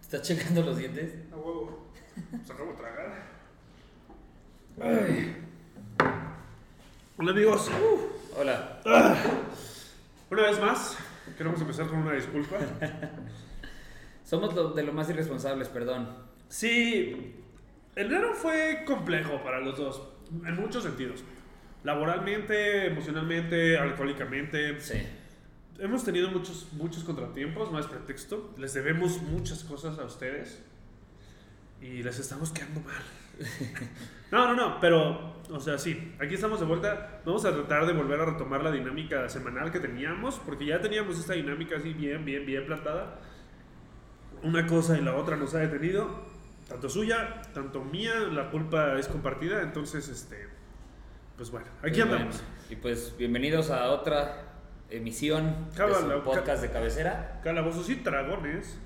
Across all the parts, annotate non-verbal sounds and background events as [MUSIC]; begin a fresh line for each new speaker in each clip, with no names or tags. ¿Estás checando los dientes?
A huevo. Pues acabo de tragar. Hola amigos. Uh,
Hola.
Una vez más, queremos empezar con una disculpa.
Somos lo- de lo más irresponsables, perdón.
Sí, enero fue complejo para los dos, en muchos sentidos. Laboralmente, emocionalmente, alcohólicamente.
Sí.
Hemos tenido muchos, muchos contratiempos, no es pretexto. Les debemos muchas cosas a ustedes. Y les estamos quedando mal. No, no, no, pero, o sea, sí, aquí estamos de vuelta. Vamos a tratar de volver a retomar la dinámica semanal que teníamos, porque ya teníamos esta dinámica así bien, bien, bien plantada. Una cosa y la otra nos ha detenido, tanto suya, tanto mía, la culpa es compartida, entonces, este, pues bueno, aquí
Y bueno,
andamos.
y pues bienvenidos a otra emisión
Cabala,
de
ca-
su podcast de cabecera.
Calabozos y Dragones,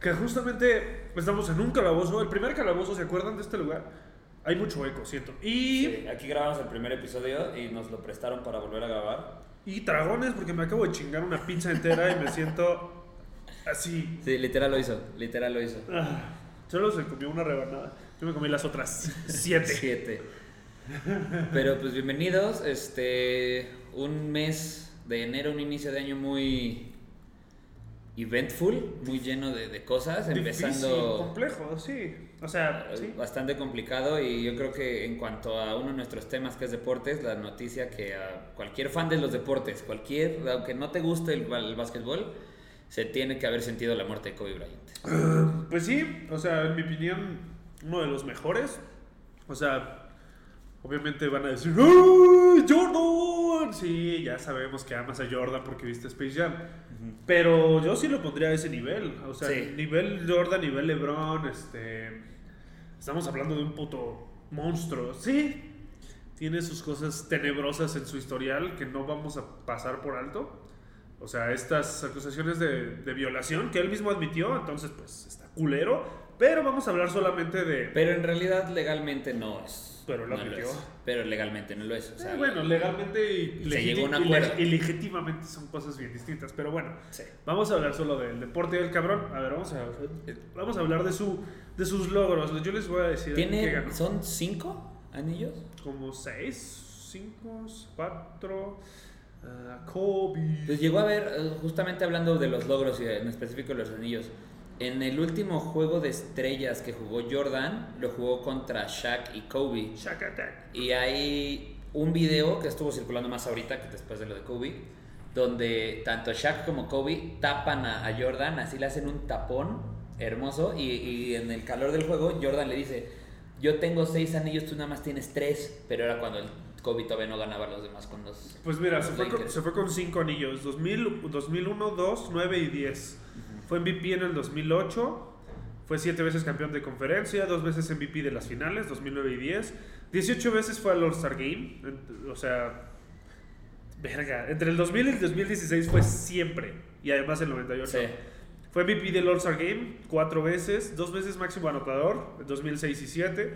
que justamente estamos en un calabozo, el primer calabozo, ¿se acuerdan de este lugar? Hay mucho eco, siento. Y,
Sí, aquí grabamos el primer episodio y nos lo prestaron para volver a grabar.
y dragones, porque me acabo de chingar una pizza entera y me siento así.
Sí, literal lo hizo, literal lo hizo.
Ah, solo se comió una rebanada. Yo me comí las otras siete.
Siete. Pero pues bienvenidos, este, un mes de enero, un inicio de año muy eventful, muy lleno de, de cosas,
Difícil,
empezando...
complejo, sí. O sea, sí.
bastante complicado y yo creo que en cuanto a uno de nuestros temas que es deportes, la noticia que a cualquier fan de los deportes, cualquier, aunque no te guste el, ba- el básquetbol, se tiene que haber sentido la muerte de Kobe Bryant.
Pues sí, o sea, en mi opinión, uno de los mejores. O sea, obviamente van a decir, ¡Ay, Jordan! Sí, ya sabemos que amas a Jordan porque viste Space Jam. Pero yo sí lo pondría a ese nivel. O sea,
Sí.
nivel Jordan, nivel LeBron, este. Estamos hablando de un puto monstruo. Sí, tiene sus cosas tenebrosas en su historial que no vamos a pasar por alto. O sea, estas acusaciones de, de violación que él mismo admitió, entonces pues está culero. Pero vamos a hablar solamente de...
Pero en realidad legalmente no es.
Pero lo
no
admitió.
es. Pero legalmente no lo es. o sea,
Eh, bueno, legalmente y,
Y se
legíti-
llegó a un
y leg-
acuerdo.
y legítimamente son cosas bien distintas. Pero bueno,
sí.
vamos a hablar solo del deporte del cabrón. A ver, vamos a, vamos a hablar de, su, de sus logros. Yo les voy a decir que
¿Tiene,
ganó.
¿Son cinco anillos?
Como seis, cinco, cuatro... ah, Kobe.
Pues llegó a ver, eh, justamente hablando de los logros y en específico los anillos, en el último juego de estrellas que jugó Jordan, lo jugó contra Shaq y Kobe.
Shaq Attack.
Y hay un video que estuvo circulando más ahorita que después de lo de Kobe, donde tanto Shaq como Kobe tapan a, a Jordan, así le hacen un tapón hermoso y, y en el calor del juego Jordan le dice, yo tengo seis anillos, tú nada más tienes tres, pero era cuando el Kobe todavía no ganaba a los demás con los...
Pues mira, se fue, con,
Lakers.
se fue con cinco anillos, 2000, 2001, 2, 9 y 10. Fue MVP en el 2008, fue siete veces campeón de conferencia, dos veces MVP de las finales, 2009 y 10. 18 veces fue al All-Star Game, ent- o sea, verga, entre el 2000 y el 2016 fue siempre, y además el 98.
Sí.
Fue MVP del All-Star Game cuatro veces, dos veces máximo anotador, en 2006 y [LAUGHS] 7.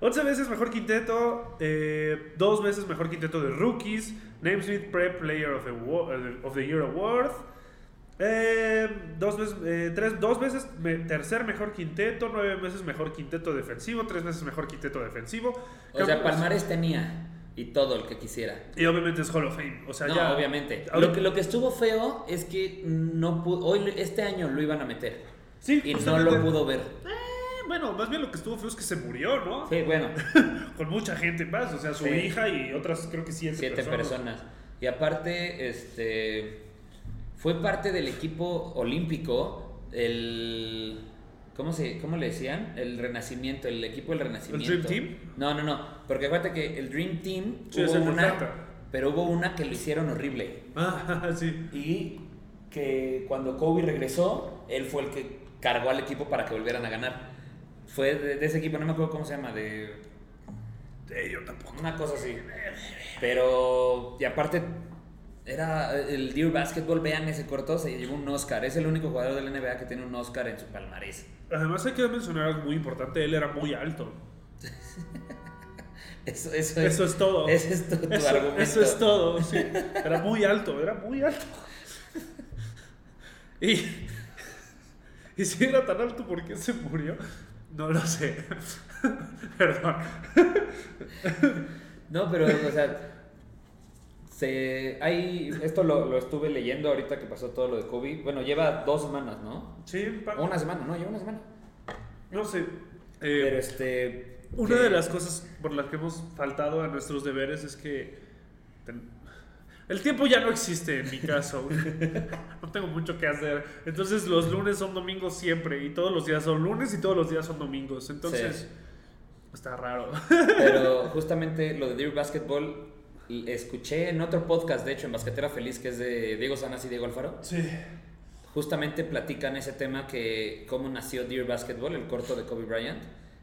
11 veces mejor quinteto, eh, dos veces mejor quinteto de rookies, Namesmith Prep Player of the, Wo- eh, of the Year Award, eh, dos, veces, eh, tres, dos veces me- tercer mejor quinteto, nueve veces mejor quinteto defensivo, tres veces mejor quinteto defensivo.
O sea,
Campeones-
Palmares tenía y todo el que quisiera.
Y obviamente es Hall of Fame. O sea,
No,
ya-
obviamente.
ahorita-
Lo que, lo que estuvo feo es que no pudo, hoy, este año lo iban a meter
Sí,
y no
justamente.
lo pudo ver.
Eh, bueno, más bien lo que estuvo feo es que se murió, ¿no?
Sí, bueno,
Con mucha gente más, o sea, su
Sí.
hija y otras creo que siete,
siete personas. Y aparte, este, fue parte del equipo olímpico, el, ¿cómo se, cómo le decían? El Renacimiento, el equipo del Renacimiento.
Dream Team?
No, no, no, porque acuérdate que el Dream Team
Sí, es
hubo
el de
una,
Atlanta.
pero hubo una que lo hicieron horrible.
[LAUGHS] Ah, sí.
y que cuando Kobe regresó, él fue el que cargó al equipo para que volvieran a ganar. Fue de, de ese equipo, no me acuerdo cómo se llama, de
Eh, yo tampoco.
una cosa así. Pero, y aparte, era el Dear Basketball, vean ese corto, se llevó un Oscar. Es el único jugador del NBA que tiene un Oscar en su palmarés.
Además hay que mencionar algo muy importante, él era muy alto.
Eso, eso es,
Eso es todo.
ese es tu, tu
eso,
argumento.
eso es todo, sí. Era muy alto, era muy alto. Y, [LAUGHS] Y si era tan alto, ¿por qué se murió? No lo sé. [LAUGHS] Perdón.
No, pero, o sea, se, hay, esto lo, lo estuve leyendo ahorita que pasó todo lo de Kobe. Bueno, lleva dos semanas, ¿no?
Sí, pa-
O Una semana, no, lleva una semana.
no sé. Eh,
Pero este...
Una
que-
de las cosas por las que hemos faltado a nuestros deberes es que ten- el tiempo ya no existe en mi caso.
[LAUGHS]
güey. no tengo mucho que hacer. Entonces los lunes son domingos siempre y todos los días son lunes y todos los días son domingos. Entonces
Sí.
está raro.
Pero justamente lo de Dear Basketball, l- escuché en otro podcast, de hecho, en Basquetera Feliz, que es de Diego Sanas y Diego Alfaro.
Sí.
Justamente platican ese tema que cómo nació Dear Basketball, el corto de Kobe Bryant.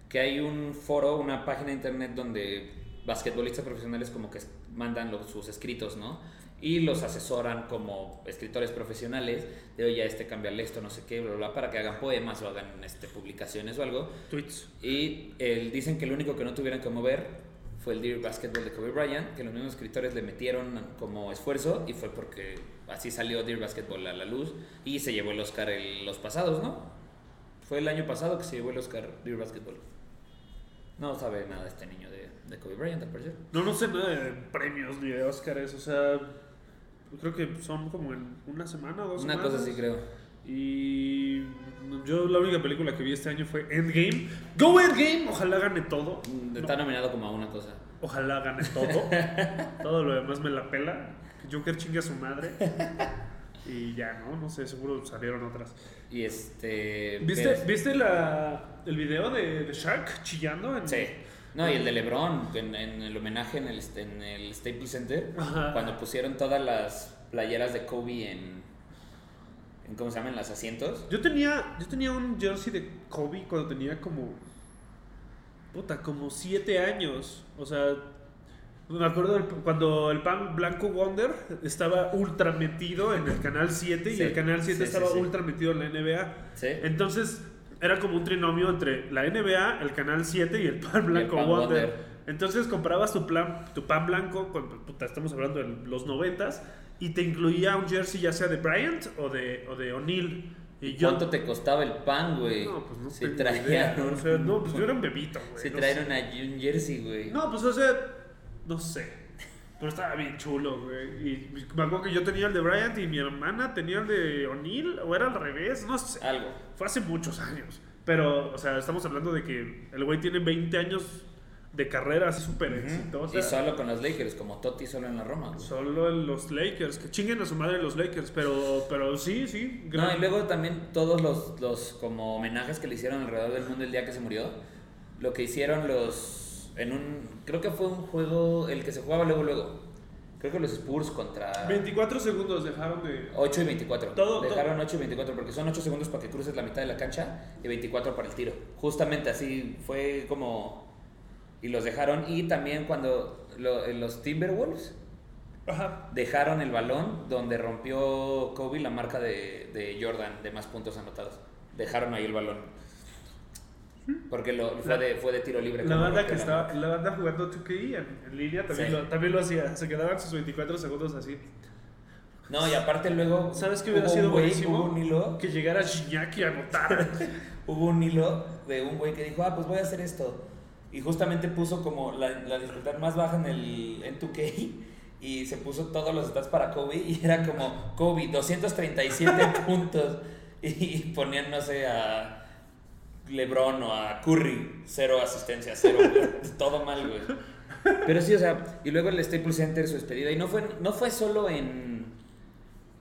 Que hay un foro, una página de internet donde basquetbolistas profesionales como que es- mandan los- sus escritos, ¿no? Y los asesoran como escritores profesionales de, oye, a este cambiarle esto, no sé qué, bla, bla, bla, para que hagan poemas o hagan este, publicaciones o algo.
Tweets.
Y el- dicen que lo único que no tuvieron que mover fue el Dear Basketball de Kobe Bryant, que los mismos escritores le metieron como esfuerzo y fue porque así salió Dear Basketball a la luz y se llevó el Oscar el- los pasados, ¿no? Fue el año pasado que se llevó el Oscar Dear Basketball. No sabe nada este niño de, de Kobe Bryant, al parecer.
No, no sé nada de premios ni de Óscares. O sea, creo que son como en una semana o dos
Una cosa
semanas.
así creo.
Y yo la única película que vi este año fue Endgame. Go Endgame, ojalá gane todo.
Mm, Está nominado como a una cosa.
Ojalá gane todo. todo lo demás me la pela. Joker chingue a su madre. Y ya, ¿no? No sé, seguro salieron otras.
Y este...
¿Viste,
pero-
¿viste la, el video de, de Shaq chillando? En,
Sí. No, y el de LeBron, en, en el homenaje en el, en el Staples Center,
Ajá.
cuando pusieron todas las playeras de Kobe en, en ¿cómo se llaman? Las asientos.
Yo tenía, yo tenía un jersey de Kobe cuando tenía como. Puta, como 7 años. O sea, me acuerdo del- cuando el pan Blanco Wonder estaba ultra metido en el canal 7 y
Sí,
el canal 7
sí, sí,
estaba
sí.
ultra metido en la NBA.
Sí.
Entonces era como un trinomio entre la NBA, el canal 7 y el pan
Y el
Blanco
Pan
Wonder.
Wonder.
Entonces comprabas tu, plan, tu pan blanco, con- puta, estamos hablando de los noventas, y te incluía un jersey ya sea de Bryant o de, o de O'Neal. Y yo,
¿Cuánto te costaba el pan, güey?
no, pues no
si
tengo
traían
idea,
un-
o sea, no, pues yo era un bebito, güey.
si
no
traían
sé.
una, un jersey, güey.
No, pues o sea, no sé. Pero estaba bien chulo, güey. Y me acuerdo que yo tenía el de Bryant y mi hermana tenía el de O'Neal, o era al revés, no sé.
Algo.
Fue hace muchos años. Pero, o sea, estamos hablando de que el güey tiene 20 años de carrera así súper exitosa.
y solo con los Lakers, como Totti solo en la Roma, güey.
Solo en los Lakers, que chinguen a su madre los Lakers, pero, pero sí, sí. gran-
No, y luego también todos los, los como homenajes que le hicieron alrededor del mundo el día que se murió, lo que hicieron los en un creo que fue un juego el que se jugaba luego luego. Creo que los Spurs contra
24 segundos dejaron de...
8 y 24.
Todo-
Dejaron 8 y 24 porque son 8 segundos para que cruces la mitad de la cancha y 24 para el tiro. Justamente así fue como y los dejaron y también cuando lo- los Timberwolves
Ajá.
dejaron el balón donde rompió Kobe la marca de, de Jordan de más puntos anotados. Dejaron ahí el balón. Porque lo, fue, de, fue de tiro libre.
La
como
banda
rompió
que
marca.
estaba, la banda jugando 2K en, en línea también,
Sí.
lo, también lo hacía, se quedaban sus 24 segundos así.
No, y aparte luego...
¿Sabes qué hubiera
hubo un
sido
güey-
buenísimo?
Hubo un hilo
Que llegara Gignac
[LAUGHS]
y anotara.
hubo un hilo de un güey que dijo, ah, pues voy a hacer esto. Y justamente puso como la, la dificultad más baja en el en 2K [LAUGHS] y se puso todos los stats para Kobe y era como Kobe, 237 puntos. Y ponían, no sé, a LeBron o a Curry, cero asistencia, cero, [LAUGHS] güey. todo mal, güey. Pero sí, o sea, y luego el Staples Center su despedida y no fue no fue solo en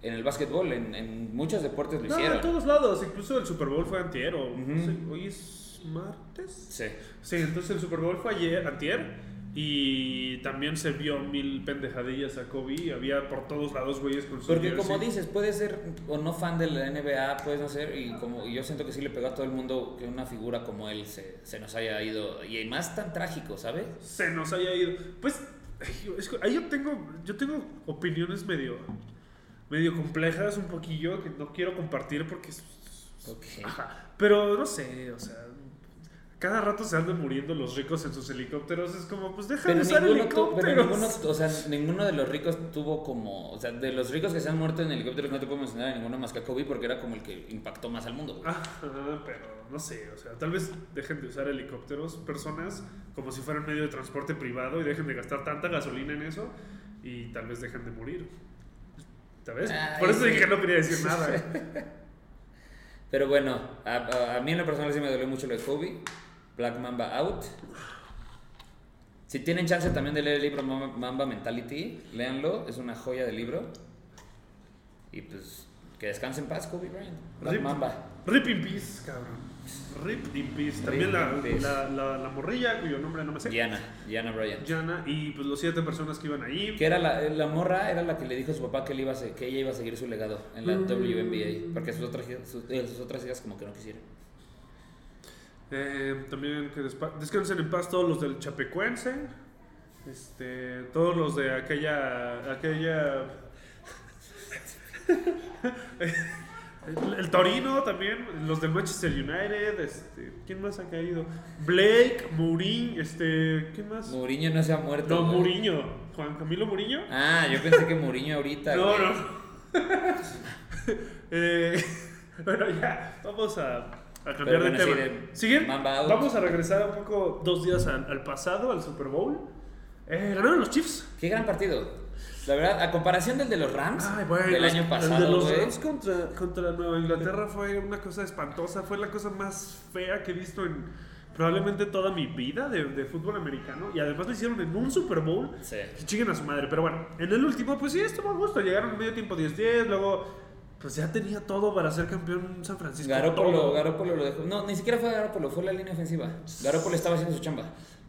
en el básquetbol, en, en muchos deportes lo
no,
hicieron.
en todos lados, incluso el Super Bowl fue antier o... no
Ujú.
sé, Hoy es martes.
Sí.
Sí, entonces el Super Bowl fue ayer, antier, y también se vio mil pendejadillas a Kobe, había por todos lados güeyes con sus
Porque
jerseys.
como dices, puedes ser o no fan de la NBA, puedes no ser, y como y yo siento que sí le pegó a todo el mundo que una figura como él se, se nos haya ido, y más tan trágico, ¿sabes?
Se nos haya ido. Pues, es que ahí yo tengo, yo tengo opiniones medio, medio complejas un poquillo que no quiero compartir porque... es-
Ok.
Ajá, pero no sé, o sea... cada rato se andan muriendo los ricos en sus helicópteros. Es como, pues deja [LAUGHS] de
Pero
usar
ninguno, tu-
helicópteros.
pero ninguno, o sea, ninguno de los ricos tuvo como, o sea, de los ricos que se han muerto en helicópteros no te puedo mencionar a ninguno más que a Kobe porque era como el que impactó más al mundo. güey.
Ajá, Ah, [LAUGHS] pero no sé, o sea, tal vez dejen de usar helicópteros personas como si fueran medio de transporte privado y dejen de gastar tanta gasolina en eso y tal vez dejen de morir. ¿Sabes?
Ay,
Por eso dije que
güey.
no quería
[LAUGHS]
decir nada.
Pero bueno, a, a- a mí en lo personal sí me dolió mucho lo de Kobe. Black Mamba Out. Si tienen chance también de leer el libro Mamba, Mamba Mentality, léanlo, es una joya de libro. Y pues que descanse en paz, Kobe Bryant. Black
Rip.
Mamba.
Rip in peace, cabrón. Rip in peace. También
Rip
la,
in peace.
La, la- la morrilla, cuyo nombre no me sé.
Diana, Diana Bryant.
Jana, y pues los siete personas que iban ahí.
Que era la, la morra era la que le dijo a su papá que, él iba a se- que ella iba a seguir su legado en la
Mm.
WNBA. Porque sus otras, hijas- sus, eh, sus otras hijas como que no quisieron.
Eh, también que despa- descansen en paz todos los del Chapecuense. Este, todos los de aquella. aquella. [LAUGHS] el, el Torino también, los del Manchester United, este, ¿quién más ha caído? Blake, Mourinho, este, ¿quién más?
Mourinho no se ha muerto.
No,
güey.
Mourinho, Juan Camilo Mourinho.
Ah, yo pensé que Mourinho ahorita.
No,
güey.
no. [LAUGHS] Eh, bueno, ya, vamos a, a cambiar
bueno, sí,
de tema.
de
Sigue,
Mamba out.
vamos a regresar un poco dos días al, al pasado, al Super Bowl. Eh, ganaron los Chiefs.
Qué gran partido. La verdad, a comparación del de los Rams
bueno,
del
los-
año
El de
pasado,
los
güey.
Rams contra, contra Nueva Inglaterra fue una cosa espantosa. Fue la cosa más fea que he visto en probablemente toda mi vida de, de fútbol americano. Y además lo hicieron en un Super Bowl.
Sí.
Que chinguen a su madre. Pero bueno, en el último, pues sí, estuvo a gusto. Llegaron en medio tiempo 10-10, luego, pues ya tenía todo para ser campeón San Francisco.
Garópolo,
Todo.
Garópolo lo dejó. No, ni siquiera fue Garópolo, fue la línea ofensiva. Garópolo estaba haciendo su chamba.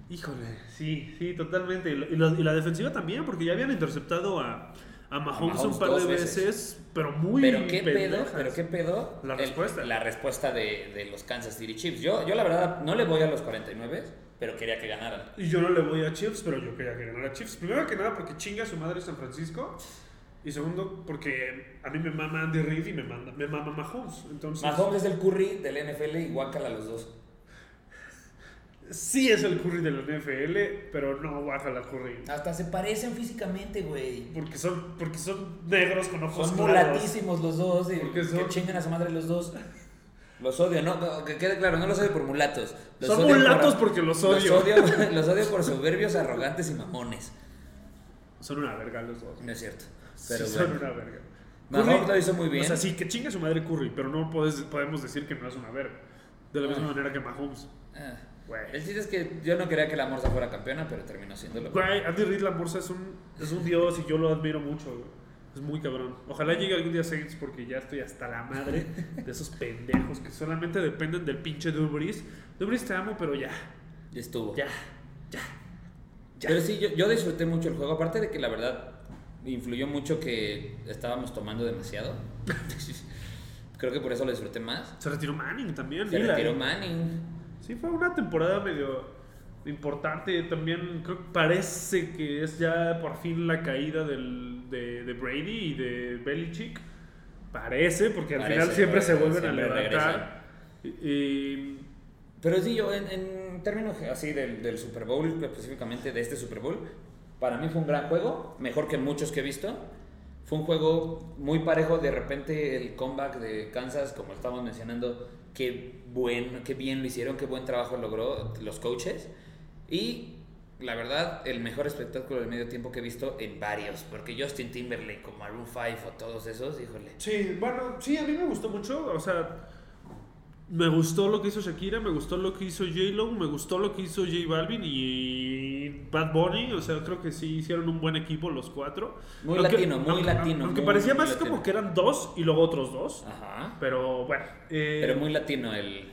Híjole, sí, sí, totalmente. Y, lo- y la- y la defensiva también, porque ya habían interceptado a, a Mahomes,
Mahomes
un par de
dos
veces,
veces.
pero muy
pero qué pedo,
pendejas.
pero qué pedo.
La
el-
respuesta.
la respuesta de, de los Kansas City Chiefs. Yo, yo la verdad no le voy a los 49, pero quería que ganaran.
Y yo no le voy a Chiefs, pero yo quería que ganara Chiefs. Primero que nada, porque chinga su madre San Francisco. Y segundo, porque a mí me mama Andy Reid y me, manda, me mama Mahomes. Entonces,
Mahomes es el curry del NFL y guácala a los dos.
Sí es el Curry de la NFL, pero no baja la Curry.
Hasta se parecen físicamente, güey.
Porque son, porque son negros con ojos
Son
claros.
mulatísimos los dos. Y
Porque son-
Que chingan a su madre los dos. Los odio, no, no, que quede claro, no los odio por mulatos. Los
Son
odio
mulatos porque los odio.
Los odio, [LAUGHS] los odio por soberbios, arrogantes y mamones.
Son una verga los dos.
No es cierto.
Sí,
Pero
son
bueno.
una verga.
Mahomes
Curry-
lo hizo muy bien.
O sea, sí, que chinga su madre Curry, pero no puedes- podemos decir que no es una verga. De la
Ah.
misma manera que Mahomes.
Ah.
Güey.
El chiste es que yo no quería que la Morsa fuera campeona, pero terminó siéndolo.
Güey, Andy Reid, la morsa, es un, es un dios y yo lo admiro mucho. güey. Es muy cabrón. Ojalá llegue algún día Saints porque ya estoy hasta la madre de esos pendejos que solamente dependen del pinche Drew Brees. Drew Brees te amo, pero ya,
Y estuvo.
ya. ya.
Pero sí, yo, yo disfruté mucho el juego. Aparte de que la verdad influyó mucho que estábamos tomando demasiado. [LAUGHS] Creo que por eso lo disfruté más.
Se retiró Manning también.
Se
Mira,
retiró Manning.
Sí, fue una temporada medio importante. También creo que parece que es ya por fin la caída del, de, de Brady y de Belichick. Parece, porque al
Parece,
final siempre se
parece,
vuelven a
siempre
levantar. Y, y-
Pero sí, yo en, en términos así del, del Super Bowl, específicamente de este Super Bowl, para mí fue un gran juego, mejor que muchos que he visto. Fue un juego muy parejo, de repente el comeback de Kansas, como estábamos mencionando, qué, buen, qué bien lo hicieron, qué buen trabajo logró los coaches. Y la verdad, el mejor espectáculo del medio tiempo que he visto en varios, porque Justin Timberlake, como Maroon 5 o todos esos, híjole.
Sí, bueno, sí, a mí me gustó mucho. O sea, me gustó lo que hizo Shakira, me gustó lo que hizo J-Lo, me gustó lo que hizo J Balvin y Bad Bunny. O sea, creo que sí hicieron un buen equipo los cuatro.
Muy latino, muy latino,
Aunque
muy,
parecía
muy
más
latino.
como que eran dos y luego otros dos.
Ajá.
Pero bueno, eh,
Pero muy latino el...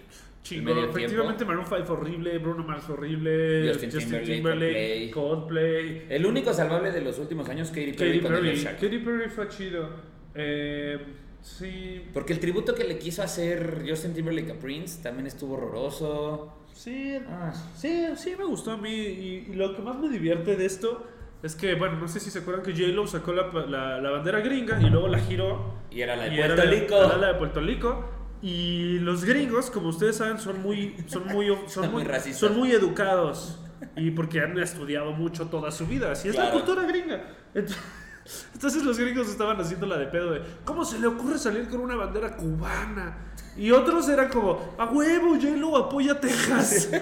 chingón.
medio
Efectivamente, Maroon 5 horrible, Bruno Mars horrible,
Justin Timberlake,
Timberlake, Coldplay
El único salvable de los últimos años, Katy Perry,
Katy
con Lil
Perry.
Shaq.
Katy Perry fue chido. Eh, sí,
Porque el tributo que le quiso hacer Justin Timberlake a Prince también estuvo horroroso.
Sí,
Ah.
sí, sí me gustó a mí y, y lo que más me divierte de esto es que, bueno, no sé si se acuerdan que J-Lo sacó la, la- la bandera gringa y luego la giró
Y era la de
y
Puerto
era la-
Rico.
era la de Puerto Rico Y los gringos, como ustedes saben, son muy,
[LAUGHS]
son muy, son
Son muy racistas.
son muy educados y porque han estudiado mucho toda su vida. Así es la
Claro.
cultura gringa. Ent- [LAUGHS] Entonces los gringos estaban haciendo la de pedo de ¿Cómo se le ocurre salir con una bandera cubana? Y otros eran como ¡A huevo, Yelo, apoya
[LAUGHS]
a Texas!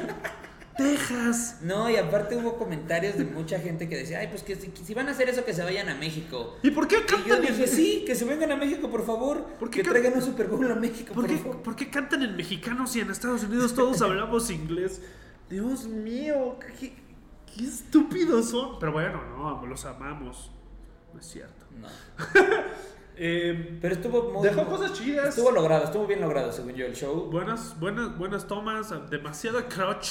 ¡Texas!
No, y aparte hubo comentarios de mucha gente que decía, ay, pues que si, que si van a hacer eso, que se vayan a México.
¿Y por
Y
qué
yo
cantan
dije,
en
sí, que se vengan a México, por favor.
¿Por qué
que
can-
traigan un Super Bowl a México,
¿Por
por,
qué,
favor.
por qué cantan en mexicano si en Estados
[LAUGHS]
Unidos todos hablamos inglés? Dios mío, qué, qué estúpidos son. Pero bueno, no, los amamos. No es cierto.
No.
Eh,
Pero estuvo muy.
dejó cosas chidas.
Estuvo logrado, estuvo bien logrado, según yo, el show.
Buenas, buenas, buenas tomas, demasiada crotch.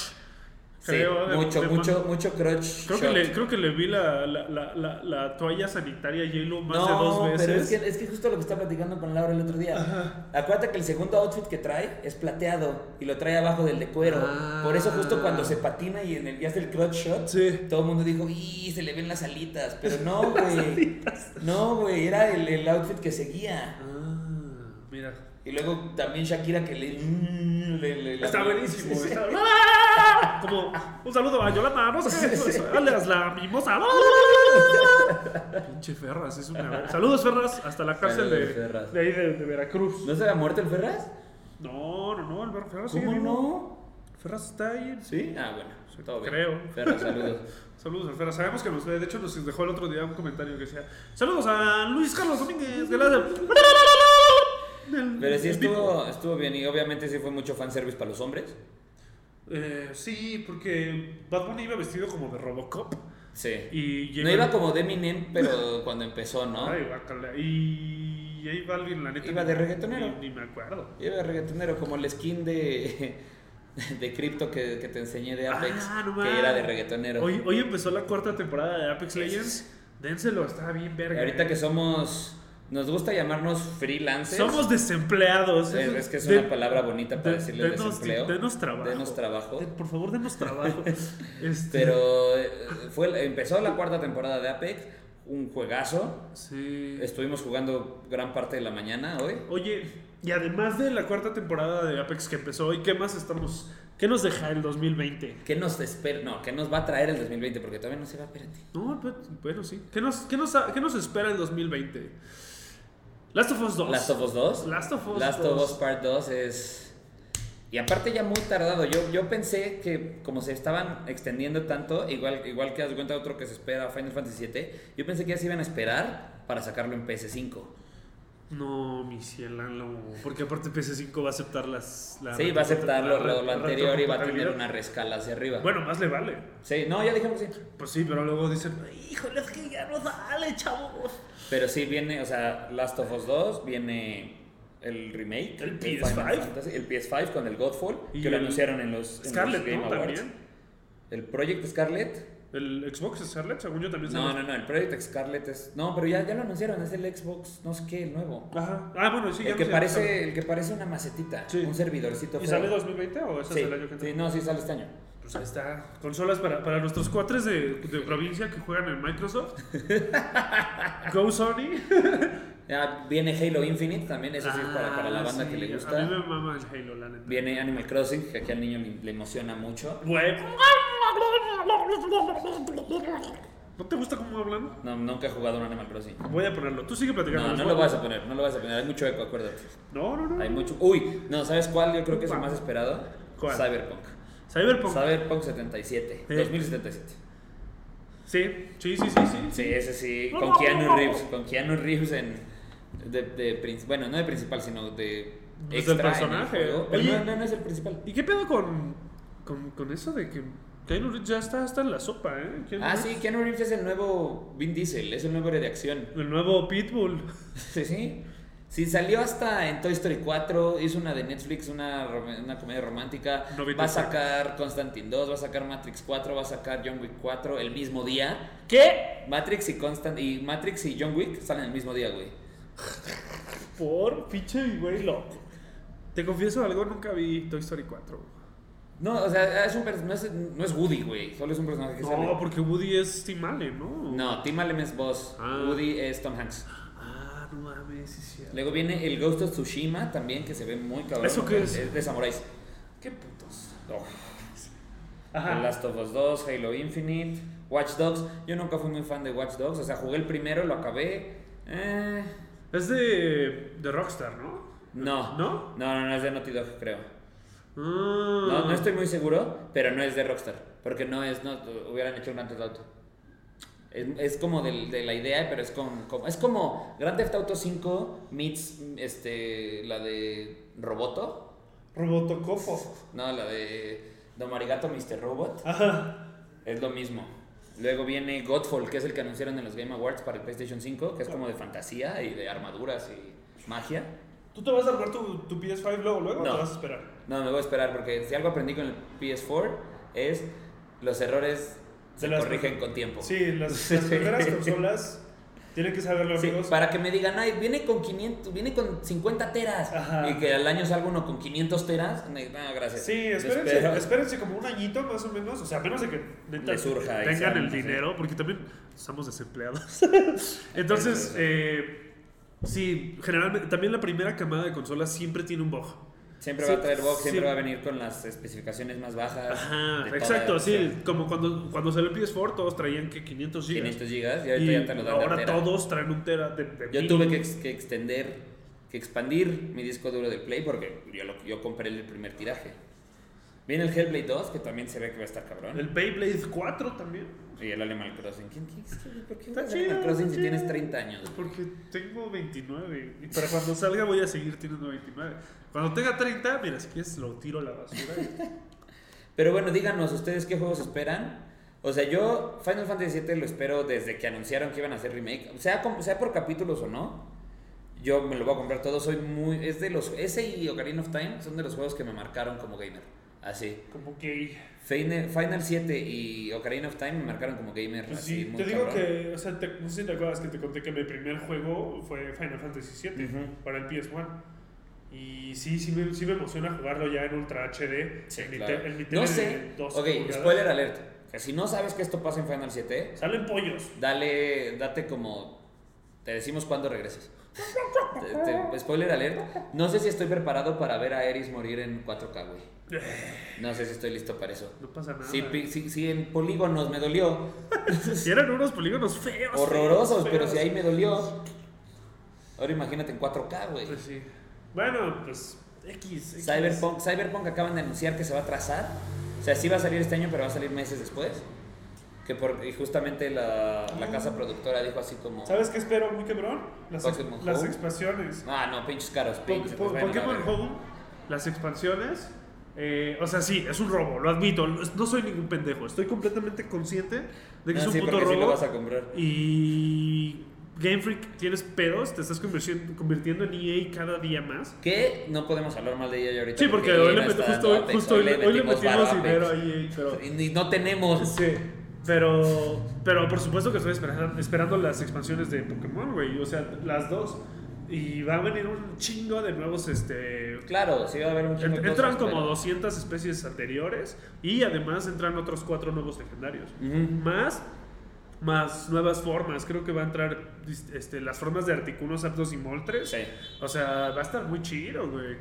Sí,
creo, de-
mucho,
de-
mucho, mucho crotch.
Creo que,
shot.
le, creo que le vi la, la, la, la, la toalla sanitaria a J-Lo más
no,
de dos veces.
pero es que, es que justo lo que estaba platicando con Laura el otro día. Acuérdate que el segundo outfit que trae es plateado y lo trae abajo del de cuero.
Ah.
Por eso justo cuando se patina y en el día del crotch shot,
Sí.
todo el mundo dijo, ¡y se le ven las alitas! Pero
[LAUGHS]
no, güey. no, güey, era el, el outfit que seguía.
Ah, mira.
Y luego también Shakira que le... mm, le- le-
Está
la-
buenísimo.
Sí, sí.
está- ¡Ah! Como un saludo a Yolanda, no sé qué es eso, alias la mimosa.
Ah.
Pinche Ferras, es una. Saludos Ferras, hasta la cárcel
Saludos,
de,
Ferras.
de ahí de, de Veracruz.
¿No se había muerto el Ferraz?
No, no, no, el Fer- Ferras sigue
¿Cómo
vivo.
no?
Ferras está ahí.
¿Sí? Ah, bueno. Todo bien.
creo.
Ferraz, saludos.
Saludos al Ferras, sabemos que nos ve. De hecho, nos dejó el otro día un comentario que decía: Saludos a Luis Carlos Domínguez, que le hace- del-
Pero
[LAUGHS]
sí
del
estuvo, estuvo bien y obviamente sí fue mucho fanservice para los hombres.
Eh, sí, porque Bad Bunny iba vestido como de Robocop.
Sí.
Y
no
llega-
iba como de Eminem,
[LAUGHS]
pero cuando empezó, ¿no?
Ay, guácala. Y ahí va alguien, la neta.
Iba
ni-
de reggaetonero.
Ni, ni me acuerdo.
Iba reggaetonero, como el skin de, [LAUGHS] de Crypto que, que te enseñé de Apex,
Ah, no
que
mames.
era de reggaetonero.
Hoy, hoy empezó la cuarta temporada de Apex Legends. Dénselo, está bien
Y
verga.
ahorita
eh.
que somos, nos gusta llamarnos freelancers.
somos desempleados.
Eh, es que es
De-
una palabra bonita para
de-
decirle el
denos-
desempleo.
Denos trabajo.
Denos trabajo.
De- Por favor, denos
[LAUGHS]
trabajo. Este,
Pero eh, fue, empezó la cuarta temporada de Apex, un juegazo.
Sí.
Estuvimos jugando gran parte de la mañana hoy.
Oye, y además de la cuarta temporada de Apex que empezó hoy, ¿qué más estamos? ¿Qué nos deja el 2020?
¿Qué nos espera? No, ¿qué nos va a traer el 2020? Porque todavía no se va, espérate.
No, pero- bueno, sí. ¿Qué nos, qué nos, qué nos espera el 2020? Last of Us 2.
Last of Us 2.
Last of Us
Last of
2.
Us Part 2 es... Y aparte ya muy tardado. Yo, yo pensé que como se estaban extendiendo tanto, igual, igual que haz de cuenta otro que se espera, Final Fantasy VII, yo pensé que ya se iban a esperar para sacarlo en PS5.
No, mi cielo. no. Porque aparte PS5 va a aceptar las. la
sí, va a aceptar lo,
la-
lo- lo
la
anterior y va a tener
retrocompatibilidad.
una rescala hacia arriba.
Bueno, más le vale.
Sí, no, ya dijeron que sí.
Pues sí, pero luego dicen, híjole, es que ya no sale, chavos.
Pero sí viene, o sea, Last of Us 2, viene el remake.
El
de
PS5.
Final Fantasy, el PS5 con el Godfall,
Y
que lo
el
anunciaron en los, en los
Scarlet,
Game
¿no?
Awards.
También.
¿El Project Scarlet?
El Xbox Scarlet, según yo también
No,
sale.
no, no, el Project Scarlet es... No, pero ya, ya lo anunciaron, es el Xbox, no sé qué, el nuevo.
Ajá. Ah, bueno, sí, ya
el, que
no sé.
parece, el que parece una macetita,
Sí.
un servidorcito.
¿Y
feo.
sale 2020 o ese
Sí,
es el año que entra?
sí, no, sí sale este año.
Pues ahí está. Consolas para, para nuestros cuatres de, de provincia que juegan en
[LAUGHS]
Microsoft. Go Sony.
Ya viene Halo Infinite también, eso sí es para, para la banda
Ah,
que
sí,
le
A mí
gusta.
me mama el Halo, la neta.
Viene Animal Crossing, que aquí al niño le, le emociona mucho.
Güey. ¿No te gusta cómo hablan?
No, nunca he jugado un Animal Crossing.
Voy a ponerlo. Tú sigue platicando.
No, no lo vas a poner, no lo vas a poner. Hay mucho eco, acuérdate.
No, no, no.
Hay mucho. Uy, no, ¿sabes cuál? Yo creo que es el más esperado.
¿Cuál?
Cyberpunk.
Cyberpunk.
Cyberpunk 77,
Sí.
2077.
Sí, sí, sí, sí. sí.
Sí, ese sí. Con Keanu Reeves. Con Keanu Reeves en. De, de princ- bueno, no de principal, sino de.
Pues
Extra
del personaje.
En el juego. Pero
Oye.
no, no, no es el principal.
¿Y qué pedo con, con, con eso de que Keanu Reeves ya está hasta en la sopa, eh? Keanu
Ah,
Reeves.
sí, Keanu Reeves es el nuevo Vin Diesel, es el nuevo héroe de acción. [LAUGHS]
El nuevo Pitbull.
Sí, sí. Sí, salió hasta en Toy Story 4, hizo una de Netflix, una, rom- una comedia romántica.
No vi
va a
Toy Story.
sacar Constantine 2, va a sacar Matrix 4, va a sacar John Wick 4 el mismo día.
¿Qué?
Matrix y Constant y Matrix y John Wick salen el mismo día, güey.
Por pinche güey loco. Te confieso algo, nunca vi Toy Story 4.
No, o sea, es un pers- no, es, no es Woody, güey, solo es un personaje que sale.
No, porque Woody es Tim Allen, ¿no?
No, Tim Allen es Boss,
Ah.
Woody es Tom Hanks.
Ah, Ah, no mames, sí, sí.
Luego viene el Ghost of Tsushima también, que se ve muy cabrón.
¿Eso qué es?
de samuráis.
Qué putos.
Oh. The
Ajá.
Last of Us 2, Halo Infinite, Watch Dogs. Yo nunca fui muy fan de Watch Dogs. O sea, jugué el primero, lo acabé. Eh,
Es de, de Rockstar, ¿no?
no.
¿No?
No, no, no, es de Naughty Dog, creo.
No,
No,
Mm.
no estoy muy seguro, pero no es de Rockstar. Porque no es, no, hubieran hecho un Grand Theft Auto. Es, es como del- de la idea, pero es con- como, es como Grand Theft Auto 5 meets este, la de Roboto.
Robotocopo.
No, la de Domarigato Mr. Robot.
Ajá.
Es lo mismo. Luego viene Godfall, que es el que anunciaron en los Game Awards para el PlayStation 5, que es como de fantasía y de armaduras y magia.
¿Tú te vas a jugar tu, tu PS5 luego, luego
No.
o te vas a esperar?
No, me voy a esperar porque si algo aprendí con el PS4 es los errores se
De las-
corrigen con tiempo.
Sí,
[LAUGHS]
las, las primeras consolas tienen que saberlo,
Sí,
amigos.
para que me digan, ay, viene con 500, viene con 50 teras
Ajá.
y que al año salga uno con 500 teras, me- no, gracias.
Sí,
Yo
espérense,
espero.
espérense como un añito más o menos. O sea, a menos de que neta
Le surja y sea,
tengan el
no sé.
dinero, porque también
[LAUGHS]
estamos desempleados. Entonces, eh, sí, generalmente, también la primera camada de consolas siempre tiene un bug.
Siempre
Sí,
va a traer box, siempre
sí.
va a venir con las especificaciones más bajas. de
Ajá,
toda-
exacto,
o
sí.
sea,
Como cuando, cuando salió el PS4, todos traían que 500 GB.
500 gigas y ahorita
Y
ya te lo dan de
ahora
tera.
todos traen un tera de, de
Yo
mil.
tuve que, ex- que extender, que expandir mi disco duro de Play porque yo, lo- yo compré el primer tiraje. Viene el Hellblade 2, que también se ve que va a estar cabrón.
El Beyblade 4 también.
Y el Animal Crossing. ¿Quién, quién, quién- por qué
Está
juegas
chido,
Animal Crossing si
chido.
tienes 30 años?
Porque tengo 29 y para cuando salga voy a seguir teniendo 29. Cuando tenga 30, mira, si quieres lo tiro a la basura.
Pero bueno, díganos ustedes qué juegos esperan. O sea, yo Final Fantasy VII lo espero desde que anunciaron que iban a hacer remake. Sea, como- sea por capítulos o no, yo me lo voy a comprar todo. Soy muy... Es de los... Ese y Ocarina of Time son de los juegos que me marcaron como gamer. Así.
[LAUGHS] Como que...
Final, Final 7 y Ocarina of Time me marcaron como gamer.
Pues
así,
sí,
muy
te digo
cabrón.
que, o sea, te- no sé si te acuerdas que te conté que mi primer juego fue Final Fantasy VII
Ujú.
para el PS1. Y sí, sí me, sí me emociona jugarlo ya en Ultra HD.
Sí,
en mi
claro.
te- en mi tele
No
de
sé. Ok,
12 pulgadas.
spoiler alert. Que si no sabes que esto pasa en Final 7,
Salen pollos. [SIGHS]
dale, date como. Te decimos cuándo regreses. Te- te- spoiler alert. No sé si estoy preparado para ver a Eris morir en 4K, güey. No sé si estoy listo para eso.
No pasa nada.
Sí, pi- sí, sí, en polígonos me dolió.
Si eran unos polígonos feos.
Horrorosos,
feos,
pero
feos.
si ahí me dolió. Ahora imagínate en 4K, güey.
Pues sí. Bueno, pues X. X.
Cyberpunk, Cyberpunk acaban de anunciar que se va a trazar. O sea, sí va a salir este año, pero va a salir meses después. Que por, y justamente la, la
Ah.
casa productora dijo así como...
¿Sabes qué espero muy quebrón? Las, ex-
Pokémon
las
Home.
expansiones.
Ah, no, pinches caros,
Po-
pinches.
po-
pues, bueno, la
Pokémon
verga".
Home, las expansiones. eh, o sea, sí, es un robo, lo admito. No no soy ningún pendejo. Estoy completamente consciente de que
Ah,
es un
sí,
puto
porque sí lo
robo.
vas a comprar.
Y Game Freak, tienes pedos, te estás convirtiendo, convirtiendo en EA cada día más.
Que no podemos hablar mal de ella ya ahorita.
Sí, porque hoy le,
no
meti-
está
justo,
dando Apex,
justo hoy le- hoy le
metimos varo
metimos
a Apex.
dinero a EA, pero...
Y ni- no tenemos.
Sí, pero, pero por supuesto que estoy esperando, esperando las expansiones de Pokémon, güey. O sea, las dos. Y va a venir un chingo de nuevos, este...
Claro, sí va a haber un chingo de
en- entran
cosas,
como
pero-
200 especies anteriores y además entran otros cuatro nuevos legendarios.
Ujú.
Más, más nuevas formas. Creo que va a entrar dis- este, las formas de Articuno, Zapdos y Moltres.
Sí.
O sea, va a estar muy chido, güey.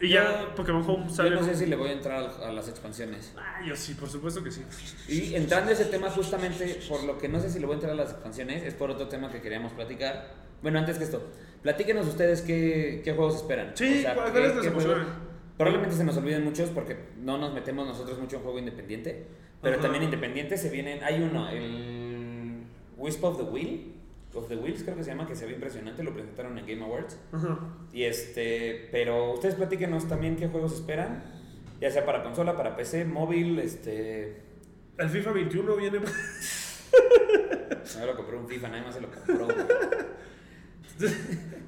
Y ya
Yo-
Pokémon Home
Yo
sale...
no sé si le voy a entrar al- a las expansiones.
Ah, yo sí, por supuesto que sí.
Y entrando a ese tema justamente, por lo que no sé si le voy a entrar a las canciones, es por otro tema que queríamos platicar. Bueno, antes que esto, platíquenos ustedes qué, qué juegos esperan.
Sí, pues, ¿cuál-
qué-
cuáles les
qué juegos-
emocionan?
Probablemente se nos olviden muchos porque no nos metemos nosotros mucho en juego independiente, pero
Ajá.
también independiente se vienen, hay uno, el Wisp of the Wheel, of the Wheels creo que se llama, que se ve impresionante, lo presentaron en Game Awards.
Ajá.
Y este, pero ustedes platíquenos también qué juegos esperan, ya sea para consola, para PC, móvil, este,
El FIFA 21 viene.
No lo compró un FIFA, nadie más se lo compró. güey.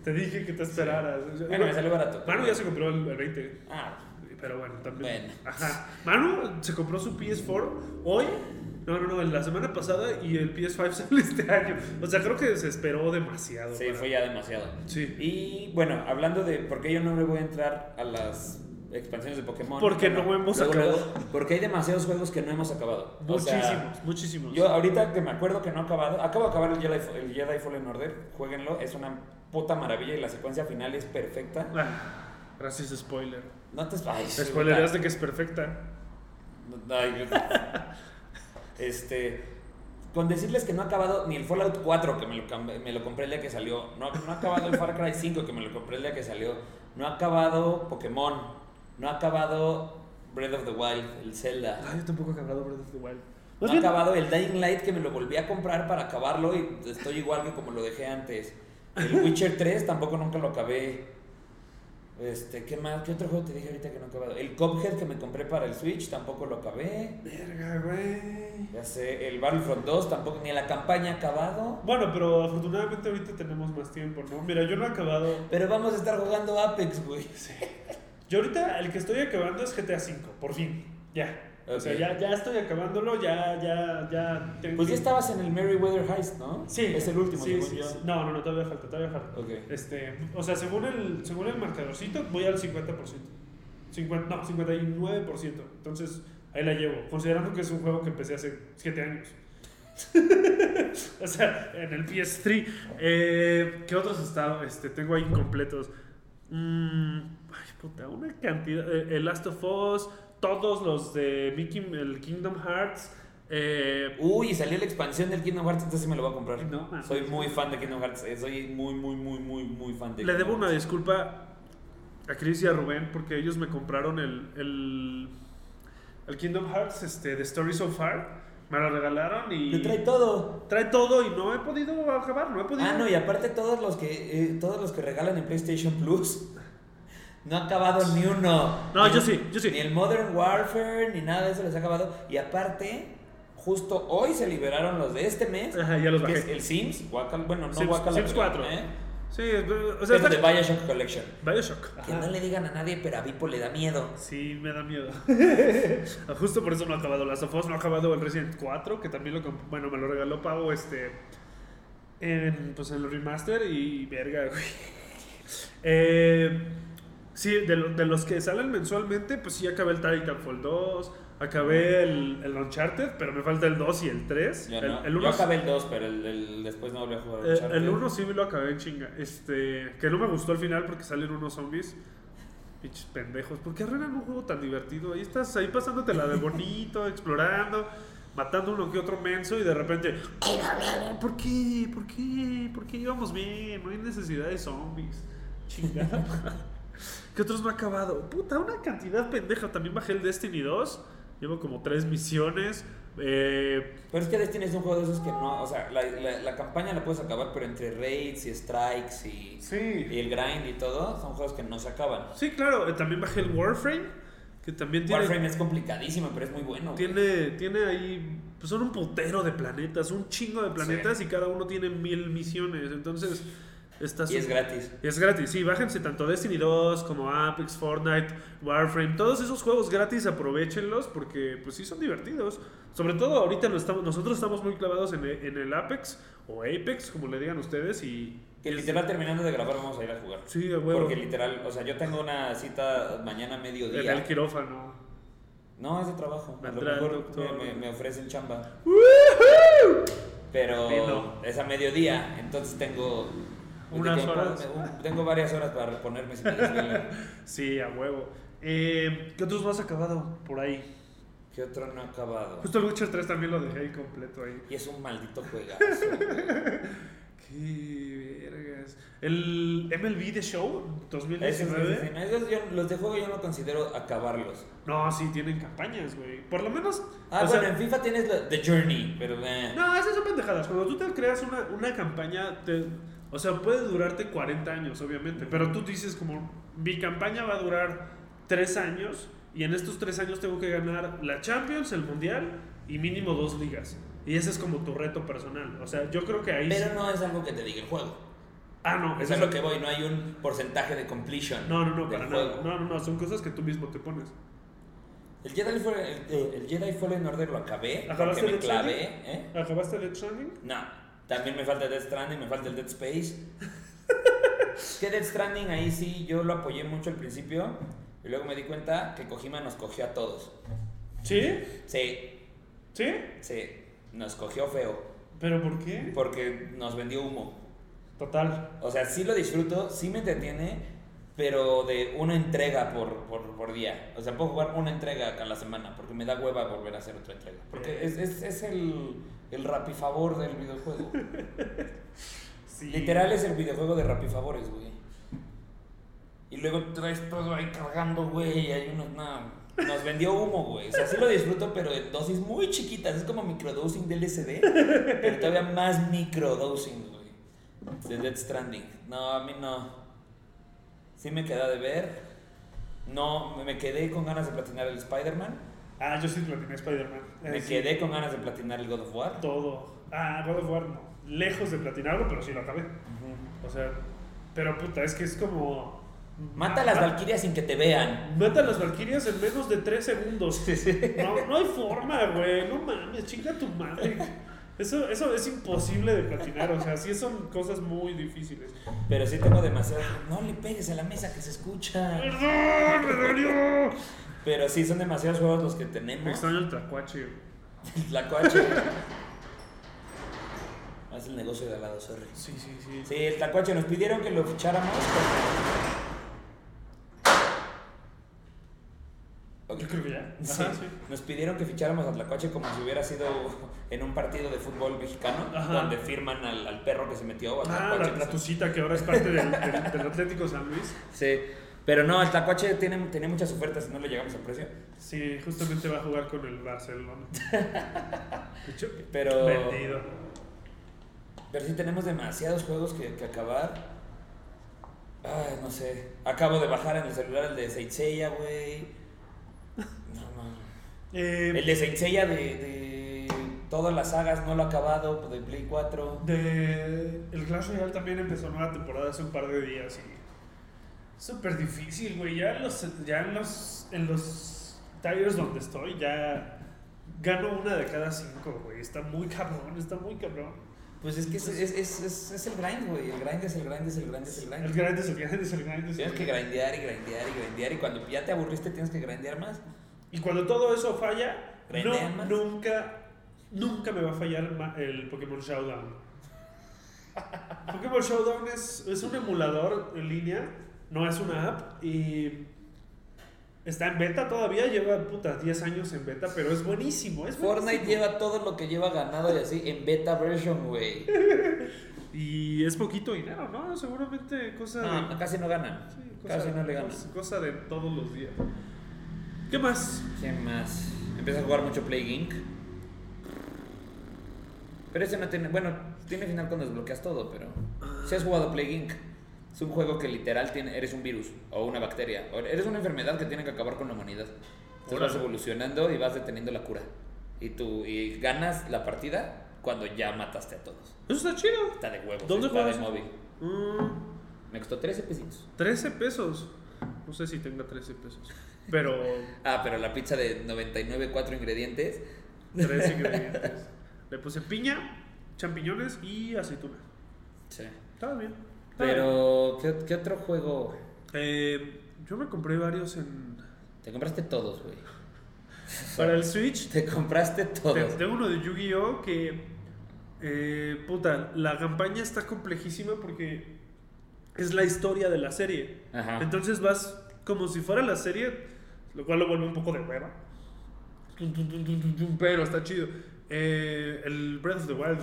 te dije que te esperaras.
Bueno, me salió barato.
Manu ya se compró el, el 20.
Ah,
Pero bueno, también.
Bueno.
Ajá. Manu se compró su PS4 hoy. No, no, no, la semana pasada y el [LAUGHS] PS5 sale este año. O sea, creo que se esperó demasiado.
sí,
para-
fue ya demasiado.
Sí.
Y bueno, hablando de por qué yo no le voy a entrar a las expansiones de Pokémon.
Porque
Bueno,
no hemos
luego,
acabado.
luego, porque hay demasiados juegos que no hemos acabado. O sea,
Muchísimos, muchísimos.
yo ahorita que me acuerdo que no he acabado, acabo de acabar el Jedi, el Jedi Fallen Order, jueguenlo, es una puta maravilla y la secuencia final es perfecta.
Ah, gracias, spoiler.
No te ay, sí,
Spoilerías de que es perfecta.
No, ay, yo- este, con decirles que no ha acabado ni el Fallout 4 que me lo, cam- me lo compré el día que salió, no, no ha acabado el Far Cry 5 que me lo compré el día que salió, no ha acabado Pokémon, no ha acabado Breath of the Wild, el Zelda.
Ah, yo tampoco he acabado Breath of the Wild.
No
Más
he
bien,
acabado el Dying Light que me lo volví a comprar para acabarlo y estoy igual que como lo dejé antes. El Witcher 3 tampoco nunca lo acabé. Este, ¿qué más? ¿Qué otro juego te dije ahorita que no he acabado? El Cuphead que me compré para el Switch tampoco lo acabé.
Verga, güey.
Ya sé, el Battlefront 2 tampoco, ni la campaña ha acabado.
Bueno, pero afortunadamente ahorita tenemos más tiempo, ¿no? Mira, yo no he acabado.
Pero vamos a estar jugando Apex, güey.
Yo ahorita el que estoy acabando es GTA V, por fin. Ya. O sea,
Ok.
ya, ya estoy acabándolo, ya, ya, ya. tengo-
Pues ya estabas en el Merryweather Heist, ¿no?
Sí.
Es el último,
sí,
según
sí,
yo.
sí. No, no, no, todavía falta, todavía falta.
Ok.
Este, o sea, según el, según el marcadorcito, voy al 50%. 50, no, 59%. Entonces, ahí la llevo. Considerando que es un juego que empecé hace 7 años. [LAUGHS] o sea, en el PS3. Eh, ¿Qué otros estados este, tengo ahí incompletos? Mm, ay, puta, una cantidad. eh, El Last of Us, todos los de Mickey, el Kingdom Hearts. Eh,
Uy, y salió la expansión del Kingdom Hearts, entonces sí me lo voy a comprar.
No, mames.
soy muy fan de Kingdom Hearts, eh, soy muy, muy, muy, muy, muy fan de
Le debo
Kingdom
una
Hearts.
disculpa a Chris y a Rubén porque ellos me compraron el, el, el Kingdom Hearts este, de Story So Far. Me lo regalaron y.
Te trae todo.
trae todo y no he podido acabar, no he podido.
Ah, no, y aparte todos los que eh, todos los que regalan en PlayStation Plus [LAUGHS] no ha acabado ni uno.
No,
Ni-
yo sí, yo sí.
Ni el Modern Warfare ni nada de eso les ha acabado y aparte justo hoy se liberaron los de este mes,
Ajá, ya los
que es
bajé.
el Sims, Guacal, bueno, no
Sims-
Guacal,
Sims
pero,
4.
¿eh?
Sí, o sea,
Pero de
está-
Bioshock Collection.
Bioshock.
Que
Ajá.
no le digan a nadie, pero a Vipo le da miedo.
Sí, me
[LAUGHS]
da miedo. Ah, Justo por eso no ha acabado Last of Us, no ha acabado el Resident 4, que también lo comp- bueno, me lo regaló Pavo este en, pues en el remaster y verga, güey. [LAUGHS] Eh, sí, de, lo- de los que salen mensualmente, pues sí acabé el Titanfall 2, acabé el, el Uncharted, pero me falta el 2 y el 3.
Yo
el,
no.
el
Yo
uno-
acabé el 2, pero el, el- después no volví a jugar.
eh,
Uncharted.
el 1 sí me lo acabé en chinga. Este, que no me gustó al final porque salen unos zombies. Pinches pendejos. ¿Por qué arruinan un juego tan divertido? Ahí estás ahí pasándote la de bonito, explorando, matando uno que otro menso y de repente. ¿Por qué? ¿Por qué? ¿Por qué íbamos bien? No hay necesidad de zombies. Chingada. madre. ¿Qué otros no ha acabado? Puta, una cantidad pendeja. También bajé el Destiny 2. Llevo como tres misiones. Eh.
Pero es que Destiny es un juego de esos que no, o sea, la, la- la campaña la puedes acabar, pero entre raids y strikes y,
Sí.
y el grind y todo, son juegos que no se acaban.
Sí, claro, eh, también bajé el Warframe, que también tiene,
Warframe es complicadísimo, pero es muy bueno. güey.
tiene, tiene ahí, pues son un putero de planetas, un chingo de planetas y cada uno tiene mil misiones, entonces estás...
Y es gratis.
Es gratis, sí, bájense tanto Destiny 2 como Apex, Fortnite, Warframe, todos esos juegos gratis aprovechenlos porque pues sí son divertidos. Sobre todo ahorita no estamos, nosotros estamos muy clavados en e- en el Apex o Apex, como le digan ustedes, y...
Que literal terminando de grabar vamos a ir a jugar.
Sí, a huevo.
Porque literal, o sea, yo tengo una cita mañana a
En
mediodía.
el quirófano.
No, es de trabajo. A lo
Vendrá el
mejor me,
doctor.
me- me ofrecen chamba. Pero
Dilo.
es a mediodía, entonces tengo... pues,
Unas
tengo-
horas.
Tengo varias horas para reponerme
[LAUGHS]
si me desvelo.
Sí, a huevo. Eh, ¿Qué otros no has acabado por ahí?
¿Qué otro no ha acabado?
Justo el Witcher 3 también lo dejé ahí completo ahí.
Y es un maldito juegazo.
Qué vergas. El MLB The Show
Esos,
2019.
esos, esos yo- los de juego yo no considero acabarlos.
No, sí, tienen campañas, güey. Por lo menos.
Ah,
o
bueno,
sea,
en FIFA tienes la- The Journey, pero eh,
no, esas son pendejadas. Cuando tú te creas una, una campaña, te- o sea, puede durarte 40 años, obviamente. Pero tú dices, como, mi campaña va a durar 3 años. Y en estos 3 años tengo que ganar la Champions, el Mundial y mínimo dos ligas. Y ese es como tu reto personal. O sea, yo creo que ahí.
pero no es algo que te diga el juego.
Ah, no,
Eso es lo que voy, no hay un porcentaje de completion.
No, no, no,
del
para
juego.
nada. No, no, no, son cosas que tú mismo te pones.
El Jedi Fallen, el, eh, el Jedi Fallen Order lo acabé, porque
¿Acabaste
me
Death
clavé,
Stranding?
¿eh?
¿Acabaste Death Stranding?
No. También me falta Dead Stranding, me falta el Dead
[LAUGHS]
Space. que Dead Stranding ahí sí, yo lo apoyé mucho al principio. Y luego me di cuenta que Kojima nos cogió a todos.
¿Sí?
Sí,
¿Sí?
sí, nos cogió feo.
¿Pero por qué?
Porque nos vendió humo.
Total.
O sea, sí lo disfruto, sí me entretiene, pero de una entrega por, por, por día. O sea, puedo jugar una entrega a la semana, porque me da hueva volver a hacer otra entrega. Porque es, es, es el, el rapifavor del videojuego.
Sí.
Literal es el videojuego de rapifavores, güey. Y luego traes todo ahí cargando, güey, y hay unos... nada, nos vendió humo, güey. O sea, sí lo disfruto, pero en dosis muy chiquitas. Es como microdosing del LSD, pero todavía más microdosing, güey. De Dead Stranding. No, a mí no. Sí me queda de ver. No, me quedé con ganas de platinar el Spider-Man.
Ah, yo sí platiné Spider-Man. Eh,
Me
sí.
quedé con ganas de platinar el God of War.
Todo. Ah, God of War no. Lejos de platinarlo, pero sí lo acabé. O sea, pero puta, es que es como.
Mata a las
Ma-
Valkyrias sin que te vean.
Mata a las Valkyrias en menos de 3 segundos. No, no hay forma, güey. No mames, chinga tu madre. Eso, eso es imposible de platinar. O sea, sí son cosas muy difíciles.
Pero sí tengo demasiado. No le pegues a la mesa que se escucha.
¡Perdón, me dolió!
Pero sí, son demasiados juegos los que
Me
tenemos.
extraño el tlacuache.
[LAUGHS]
güey.
La coache. Haz el negocio de al lado, sorry.
Sí, sí, sí.
Sí, el Tacuache nos pidieron que lo ficháramos. porque-
Yo creo que ya.
Sí,
Ajá, sí.
Nos pidieron que ficháramos a Tlacuache como si hubiera sido en un partido de fútbol mexicano,
Ajá.
donde firman al, al perro que se metió. a
Ah,
Tlacuache,
la
que se-
platucita que ahora es parte del, del- del Atlético San Luis.
Sí, pero no, el Tlacuache tiene, tenía muchas ofertas y no le llegamos al precio.
Sí, justamente va a jugar con el
[LAUGHS]
Barcelona. De hecho,
Pero-
Vendido.
Pero sí tenemos demasiados juegos que, que acabar. Ay, no sé. Acabo de bajar en el celular el de Saint Seiya, güey. No, no.
Eh,
El de Saint Seiya de, de todas las sagas no lo ha acabado, de Play 4.
de- el Clash Royale también empezó nueva temporada hace un par de días y. Súper difícil, güey. Ya, en los, ya en los. En los tires donde estoy, ya. Gano una de cada cinco, güey. Está muy cabrón, está muy cabrón.
Pues es que es, es- es- es- es el grind, güey. El grind es el grind, es el grind, es el
El
grind.
grande es el grande es el grande. es el
Tienes que
grande.
grindear y grindear y grindear. Y cuando ya te aburriste, tienes que grindear más.
Y cuando todo eso falla,
¿Rendean
no,
más?
nunca, nunca me va a fallar ma- el Pokémon Showdown.
[LAUGHS]
Pokémon Showdown es, es un emulador en línea, no es una app y está en beta todavía, lleva puta 10 años en beta, pero es buenísimo, es
Fortnite
buenísimo.
lleva todo lo que lleva ganado y así en beta version, güey.
Y es poquito dinero, ¿no? Seguramente cosa de-
No, casi no ganan.
sí, cosa
Ah, Casi
de-
no le ganan.
Cosa de todos los días. ¿Qué más?
¿Qué más? Empieza a jugar mucho Plague Inc. Pero ese no tiene. Bueno, tiene final cuando desbloqueas todo, pero. Si has jugado Plague Inc., es un juego que literal tiene, eres un virus o una bacteria. O eres una enfermedad que tiene que acabar con la humanidad. Entonces vas
Órale.
evolucionando y vas deteniendo la cura. Y tú y ganas la partida cuando ya mataste a todos.
Eso está chido.
Está de huevos.
¿Dónde
está de
juegas?
móvil.
Mm.
Me costó 13 pesitos.
13 pesos. No sé si tenga 13 pesos. Pero
Ah, pero la pizza de 99, 4 ingredientes.
13 ingredientes. Le puse piña, champiñones y aceituna.
[LAUGHS] Sí.
Estaba bien. estaba bien.
Pero, ¿qué, qué otro juego?
Eh, yo me compré varios en.
Te compraste todos, güey. [LAUGHS]
Para el Switch.
Te compraste
te-
todos.
Tengo uno de Yu-Gi-Oh! que. eh, puta, la campaña está complejísima porque es la historia de la serie.
Ajá.
Entonces vas como si fuera la serie, lo cual lo vuelve un poco de hueva. Tum, tum, tum, tum, tum, tum, Pero está chido. Eh, el Breath of the Wild.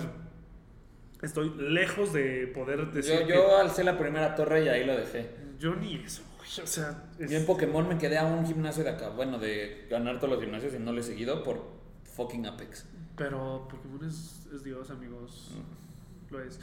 Estoy lejos de poder decir.
Yo,
que-
yo alcé la primera torre y ahí lo dejé.
yo ni eso, güey. O sea, es-
Yo en Pokémon me quedé a un gimnasio de acá. Bueno, de ganar todos los gimnasios y no lo he seguido por fucking Apex.
pero Pokémon es, es Dios, amigos.
Mm.
Lo es.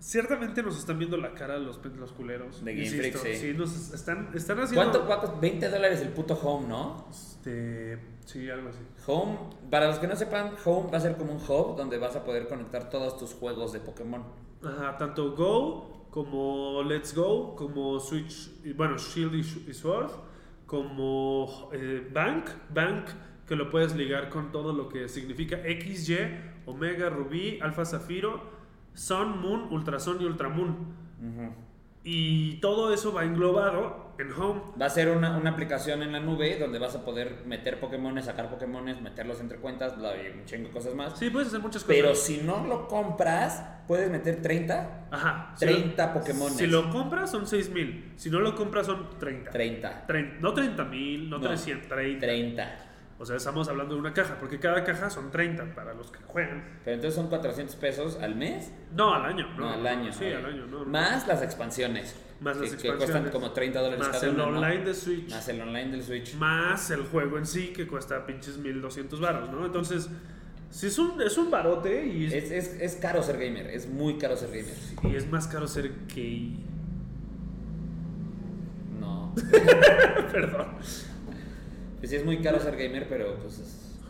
Ciertamente nos están viendo la cara los, pen- los culeros.
De Game
insisto.
Freak, sí.
nos están, están haciendo.
¿Cuánto, cuánto? 20 dólares el puto home, ¿no?
Este, sí, algo así.
Home, para los que no sepan, home va a ser como un hub donde vas a poder conectar todos tus juegos de Pokémon.
Ajá, tanto Go como Let's Go, como Switch, y bueno, Shield y, Sh- y Sword, como eh, Bank, Bank que lo puedes ligar con todo lo que significa XY, Omega, Rubí, Alfa Zafiro, Sun, Moon, Ultrason y Ultramoon.
Ujú.
Y todo eso va englobado en Home.
Va a ser una, una aplicación en la nube donde vas a poder meter Pokémones, sacar Pokémones, meterlos entre cuentas, bla, y un chingo de cosas más.
Sí, puedes hacer muchas cosas.
Pero si no lo compras, puedes meter 30.
Ajá.
30
si lo-
Pokémones.
Si lo compras son 6000. Si no lo compras son 30.
30.
Trein- no 30.000, no,
No.
300, 30.
30.
O sea, estamos hablando de una caja, porque cada caja son 30 para los que juegan.
Pero entonces son 400 pesos al mes.
No, al año. No,
No, al año.
Sí,
ok.
al año. No, no.
Más las expansiones.
Más
que,
las
Que cuestan
expansiones.
como 30 dólares
Más
cada
el
una, ¿no?
online de Switch.
Más el online del Switch.
más el juego en sí que cuesta pinches 1200 varos, ¿no? Entonces, sí es un, es un barote y es,
Es, es, es caro ser gamer, es muy caro ser gamer.
y es más caro ser gay.
No.
[LAUGHS] Perdón.
Pues sí, es muy caro ser gamer, pero pues es...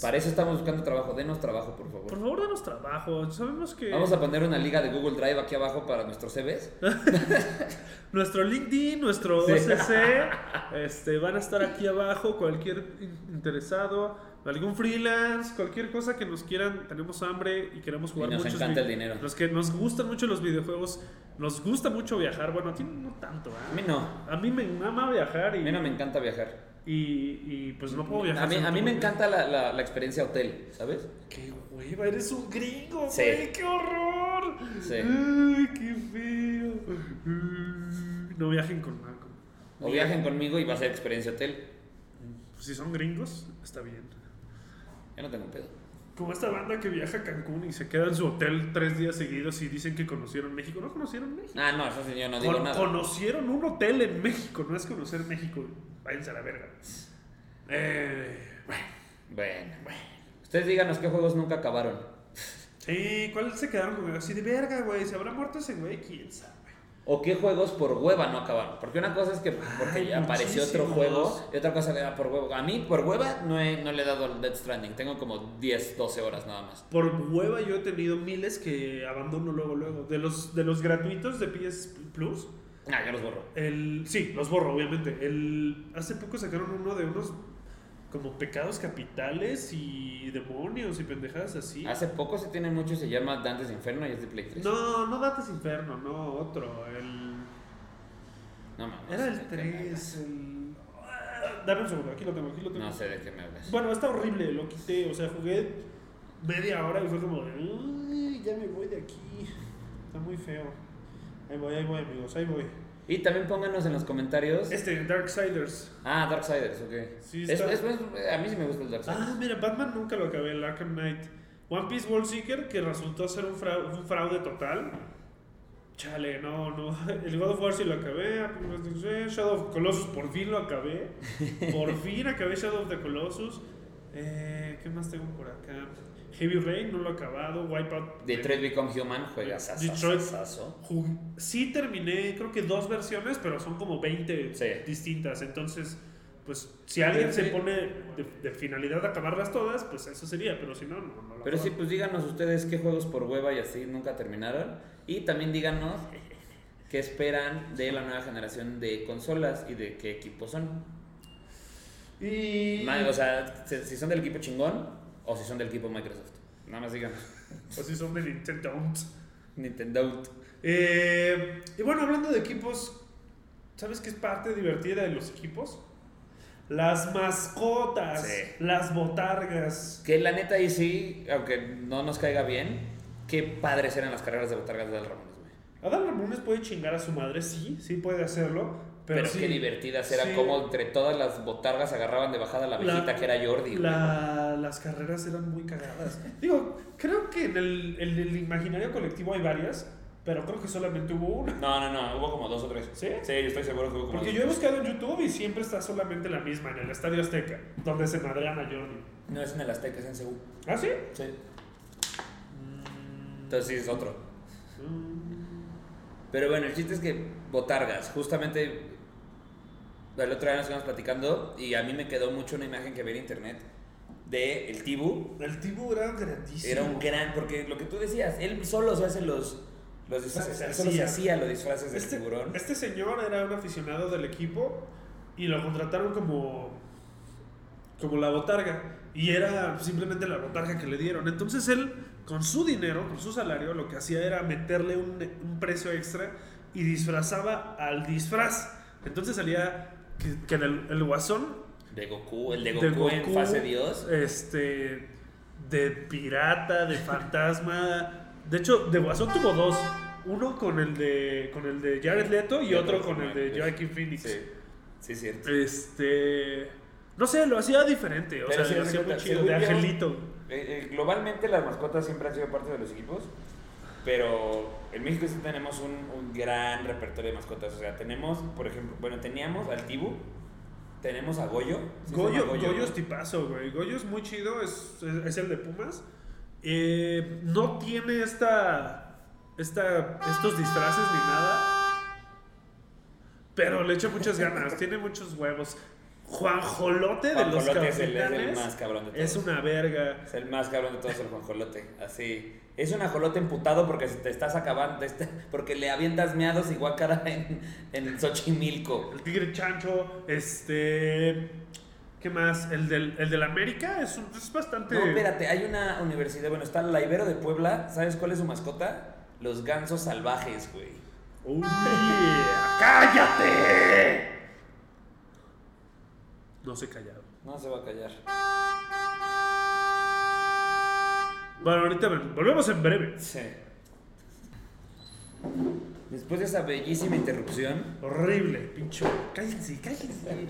Para eso estamos buscando trabajo. Denos trabajo, por favor.
Por favor, danos trabajo. Sabemos que
Vamos a poner una liga de Google Drive aquí abajo para nuestros CVs.
nuestro LinkedIn, nuestro
Sí.
OCC, este, van a estar aquí abajo. Cualquier in- interesado, algún freelance, cualquier cosa que nos quieran. Tenemos hambre y queremos jugar
Y nos
muchos
encanta el
vi-
dinero.
Los que nos gustan mucho los videojuegos, nos gusta mucho viajar. Bueno, a ti no tanto,
A
¿ah?
mí no.
A mí me mama viajar
A
y,
mí no me encanta viajar.
y, y, pues no puedo viajar.
A mí,
tanto
a mí me
porque-
encanta la, la- la experiencia hotel, ¿sabes?
¡Qué hueva! ¡Eres un gringo,
Sí.
güey! ¡Qué horror!
Sí.
¡Ay, qué feo! Ay, No viajen con Marco.
O viajen conmigo y va a ser experiencia hotel.
Pues, Si son gringos, está bien.
Yo no tengo un pedo.
Como esta banda que viaja a Cancún y se queda en su hotel tres días seguidos y dicen que conocieron México. No conocieron México.
Ah, no, eso sí, yo no digo
Con-
nada.
Conocieron un hotel en México. No es conocer México. Váyanse a la verga. Eh, bueno.
Bueno, Ustedes díganos qué juegos nunca acabaron.
Sí, ¿cuál se quedaron con así de verga, güey? ¿Se habrá muerto ese güey? ¿Quién sabe?
O qué juegos por hueva no acabaron. Porque una cosa es que porque
Ay,
apareció otro
muchísimos.
juego y otra cosa que era por huevo. A mí por hueva no, he- no le he dado al Death Stranding. Tengo como 10, 12 horas nada más.
Por hueva yo he tenido miles que abandono luego, luego. De los, de los gratuitos de PS Plus,
Ah, yo los borro.
el, sí, los borro, obviamente. El, hace poco sacaron uno de unos como pecados capitales y demonios y pendejadas así.
Hace poco se tiene mucho y se llama Dantes Inferno y es de Play 3.
No, no Dates Inferno, no, otro. El,
No mames.
era
de
el
qué
3, el... Ah, Dame un segundo, aquí lo tengo, aquí lo
me
tengo.
hablas. No sé de qué me hablas.
Bueno, está horrible, lo quité, o sea, jugué media hora y fue como, "Ay, ya me voy de aquí. Está muy feo. Ahí voy, ahí voy, amigos, ahí voy.
Y también pónganos en los comentarios.
Este, Darksiders.
Ah, Darksiders, ok.
Sí,
Es-
está-
es- es- a mí sí me gusta el Darksiders.
Ah, mira, Batman nunca lo acabé, el Arkham Knight. One Piece World Seeker, que resultó ser un, frau- un fraude total. Chale, no, no. [LAUGHS] El God of War sí lo acabé. Shadow of Colossus, por fin lo acabé. Por fin acabé Shadow of the Colossus. Eh, ¿Qué más tengo por acá? Heavy Rain, no lo he acabado. Wipeout. eh,
Detroit Become Human juega
Detroit.
sasasasaso.
Ju- Sí terminé, creo que dos versiones, pero son como 20
Sí.
distintas. Entonces, pues si alguien
Sí,
se
sí.
pone de, de finalidad a acabarlas todas, pues eso sería, pero si no, no, no lo
Pero sí,
acaban.
pues díganos ustedes qué juegos por hueva y así nunca terminaron. Y también
[LAUGHS]
díganos qué esperan de la nueva generación de consolas y de qué equipos son.
Y...
Ma- O sea, si si son del equipo chingón o si son del equipo Microsoft. Nada más díganos.
[LAUGHS] O si pues son de Nintendo.
Nintendo.
Eh, y bueno, hablando de equipos, ¿sabes qué es parte divertida de los equipos? Las mascotas,
Sí.
las botargas.
Que la neta ahí sí, aunque no nos caiga bien, qué padres eran las carreras de botargas de Adal Ramones, güey.
Adam Ramones puede chingar a su madre, sí, sí puede hacerlo. Pero,
Pero,
sí.
qué divertidas eran,
Sí.
como entre todas las botargas agarraban de bajada la
La-
visita que era Jordi. güey.
La- las carreras eran muy cagadas. Digo, creo que en el, en el imaginario colectivo hay varias, pero creo que solamente hubo una.
No, no, no, hubo como dos o tres.
¿Sí?
Sí, yo estoy seguro que hubo como
Porque
dos.
yo he buscado en YouTube y siempre está solamente la misma, en el Estadio Azteca, donde se madrean a Jordi.
No es en el Azteca, es en Seúl.
¿Ah, sí?
Sí. Mm. Entonces sí, es otro. Pero bueno, el chiste es que botargas, justamente el otro día nos íbamos platicando y a mí me quedó mucho una imagen que vi en internet de el Tibu.
El tipo era grandísimo.
Era un gran, porque lo que tú decías, él solo se hace los, los disfraces, él solo se hacía los disfraces del
Este,
tiburón.
este señor era un aficionado del equipo y lo contrataron como, como la botarga. Y era simplemente la botarga que le dieron. Entonces él, con su dinero, con su salario, lo que hacía era meterle un, un precio extra y disfrazaba al disfraz. Entonces salía que, que en el, el guasón
De Goku, el de Goku,
de
en
Goku,
fase Dios.
Este. De pirata, de fantasma. De hecho, de Guasón tuvo dos. Uno con el de. con el de Jared Leto y
Y
otro
otro
con el de
con-
Joaquin Phoenix.
pues. Sí, sí, es cierto.
Este. No sé, lo hacía diferente. O
Pero sí,
sea, lo hacía muy
recuerda,
chido.
según
De
yo-
Angelito.
Eh, eh, globalmente las mascotas siempre han sido parte de los equipos, pero en México sí tenemos un, un gran repertorio de mascotas. O sea, tenemos, por ejemplo, bueno, teníamos al Tibu, tenemos a Goyo. sí se llama
Goyo, Goyo
¿no?
es tipazo, güey. Goyo es muy chido, es, es- es el de Pumas. Eh, no tiene esta, esta. estos disfraces ni nada. Pero le echa muchas ganas, tiene muchos huevos. Juanjolote de los
Juanjolote es el- es el
Capitanes
más cabrón de todos.
es una verga.
Es el más cabrón de todos, el guajolote. Así. Es un ajolote emputado porque se te estás acabando, te está- porque le avientas meados y guácara en, en Xochimilco.
El tigre chancho, este. ¿Qué más? El del, el del América es, un- es bastante.
No, espérate, hay una universidad, bueno, está la Ibero de Puebla, ¿sabes cuál es su mascota? Los gansos salvajes, güey.
¡Uy! ¡Cállate! No se callado.
No se va a callar.
Bueno, ahorita ven- volvemos en breve.
Sí. Después de esa bellísima interrupción.
Horrible, pinche. Cállense, cállense.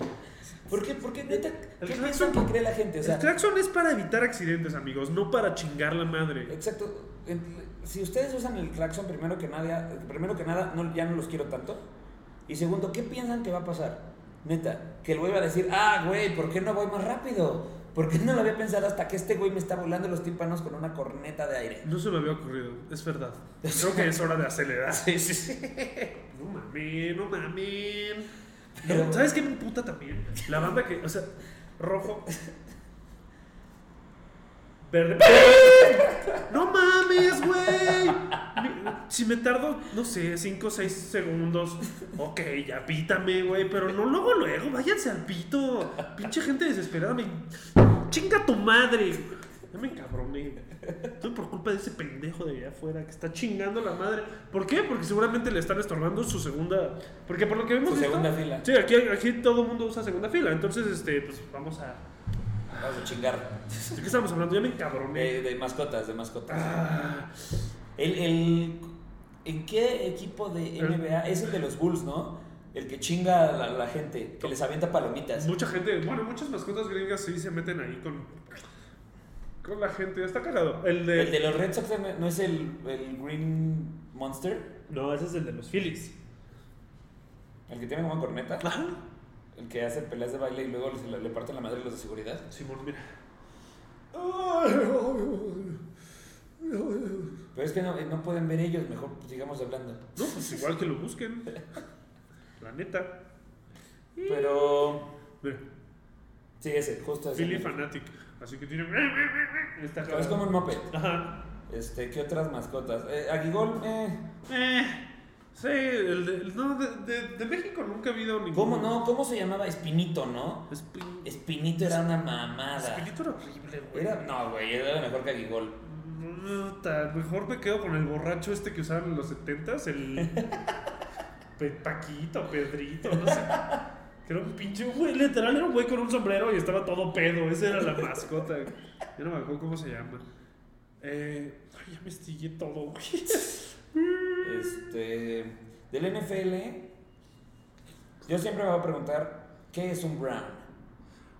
¿Por qué? ¿Por qué? Neta,
El
¿Qué
claxon-
piensan que cree la gente? O sea,
El claxon es para evitar accidentes, amigos, no para chingar la madre.
Exacto. En- Si ustedes usan el claxon, primero que nada, primero que nada no, ya no los quiero tanto. Y segundo, ¿qué piensan que va a pasar? Neta, que el güey va a decir, ah, güey, ¿por qué no voy más rápido? ¿Por qué no lo había pensado hasta que este güey me está volando los tímpanos con una corneta de aire? [LAUGHS]
No se me había ocurrido, es verdad. Creo que es hora de acelerar.
Sí, sí, sí.
No mamen, no mamen.
Pero-
No, ¿Sabes qué me puta también? La banda que, o sea, rojo.
[LAUGHS]
Verde. [LAUGHS] ¡No mames, güey! Mi- Si me tardo, no sé, 5 o 6 segundos, ok, ya pítame, güey, pero no luego, luego, váyanse al pito. Pinche gente desesperada, me... ¡Chinga tu madre! Ya me encabroné. Todo por culpa de ese pendejo de allá afuera que está chingando la madre. ¿Por qué? Porque seguramente le están estorbando su segunda... Porque por lo que vemos...
Su
esto-
segunda fila.
Sí, aquí, aquí todo el mundo usa segunda fila. Entonces, este, pues vamos a...
Vamos a chingar.
¿De qué estamos hablando? Ya me encabroné.
De, de mascotas, de mascotas.
Ah,
El, el- ¿En qué equipo de
El-
NBA? Es el de los Bulls, ¿no? El que chinga a la, la gente, que les avienta palomitas.
mucha gente, bueno, muchas mascotas gringas sí se meten ahí con, con la gente. Está cagado. El de,
¿El de los Red Sox no es el, el Green Monster?
No, ese es el de los Phillies.
¿El que tiene como corneta?
Ajá.
¿El que hace peleas de baile y luego se le, le parten la madre los de seguridad?
Simón, mira.
Pero es que no, eh, no pueden ver ellos, mejor sigamos hablando.
No, pues igual que lo busquen. La neta.
Pero...
Mira,
Sí, ese, justo ese.
Philly Fanatic. Así que tiene. Está
Pero es como un moped.
Ajá.
Este, ¿qué otras mascotas? Eh, Aguigol, eh...
Eh. Sí, el de, el- no, de, de- de México nunca ha habido ningún.
¿Cómo no? ¿Cómo se llamaba? Espinito, ¿no?
Espin-
Espinito era una mamada.
Espinito era horrible, güey.
Era... No, güey, era mejor que Aguigol.
Puta, mejor me quedo con el borracho este que usaban en los
[LAUGHS]
70s, el. Pe- Paquito, Pedrito, no sé. Que era un pinche güey, literal era un güey con un sombrero y estaba todo pedo. Esa era la mascota. Ya no me acuerdo cómo se llama. Eh, ay, ya me estillé todo, güey.
Este, del NFL, yo siempre me voy a preguntar, ¿qué es un Brown?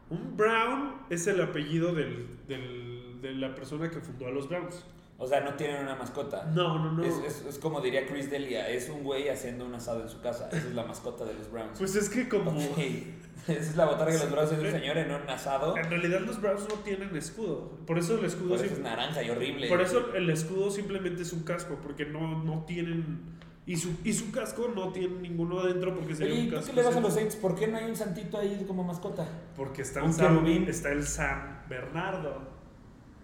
Un Brown es el apellido del, del- de la persona que fundó a los Browns.
O sea, no tienen una mascota.
No, no, no.
Es, es- es como diría Chris Delia, es un güey haciendo un asado en su casa. Esa es la mascota de los Browns.
Pues es que como.
Ok. [LAUGHS] Esa es la botarga de los Browns, es un señor en un asado.
En realidad los Browns no tienen escudo. Por eso el escudo
Por eso
siempre-
es naranja y horrible.
Por eso el escudo simplemente es un casco, porque no, no tienen. Y su, y su casco no tiene ninguno adentro porque sería
Oye, ¿y
un
tú
casco.
qué le das a los
simple.
Saints? ¿Por qué no hay un santito ahí como mascota?
Porque está,
Un
un San,
querubín.
está el San Bernardo.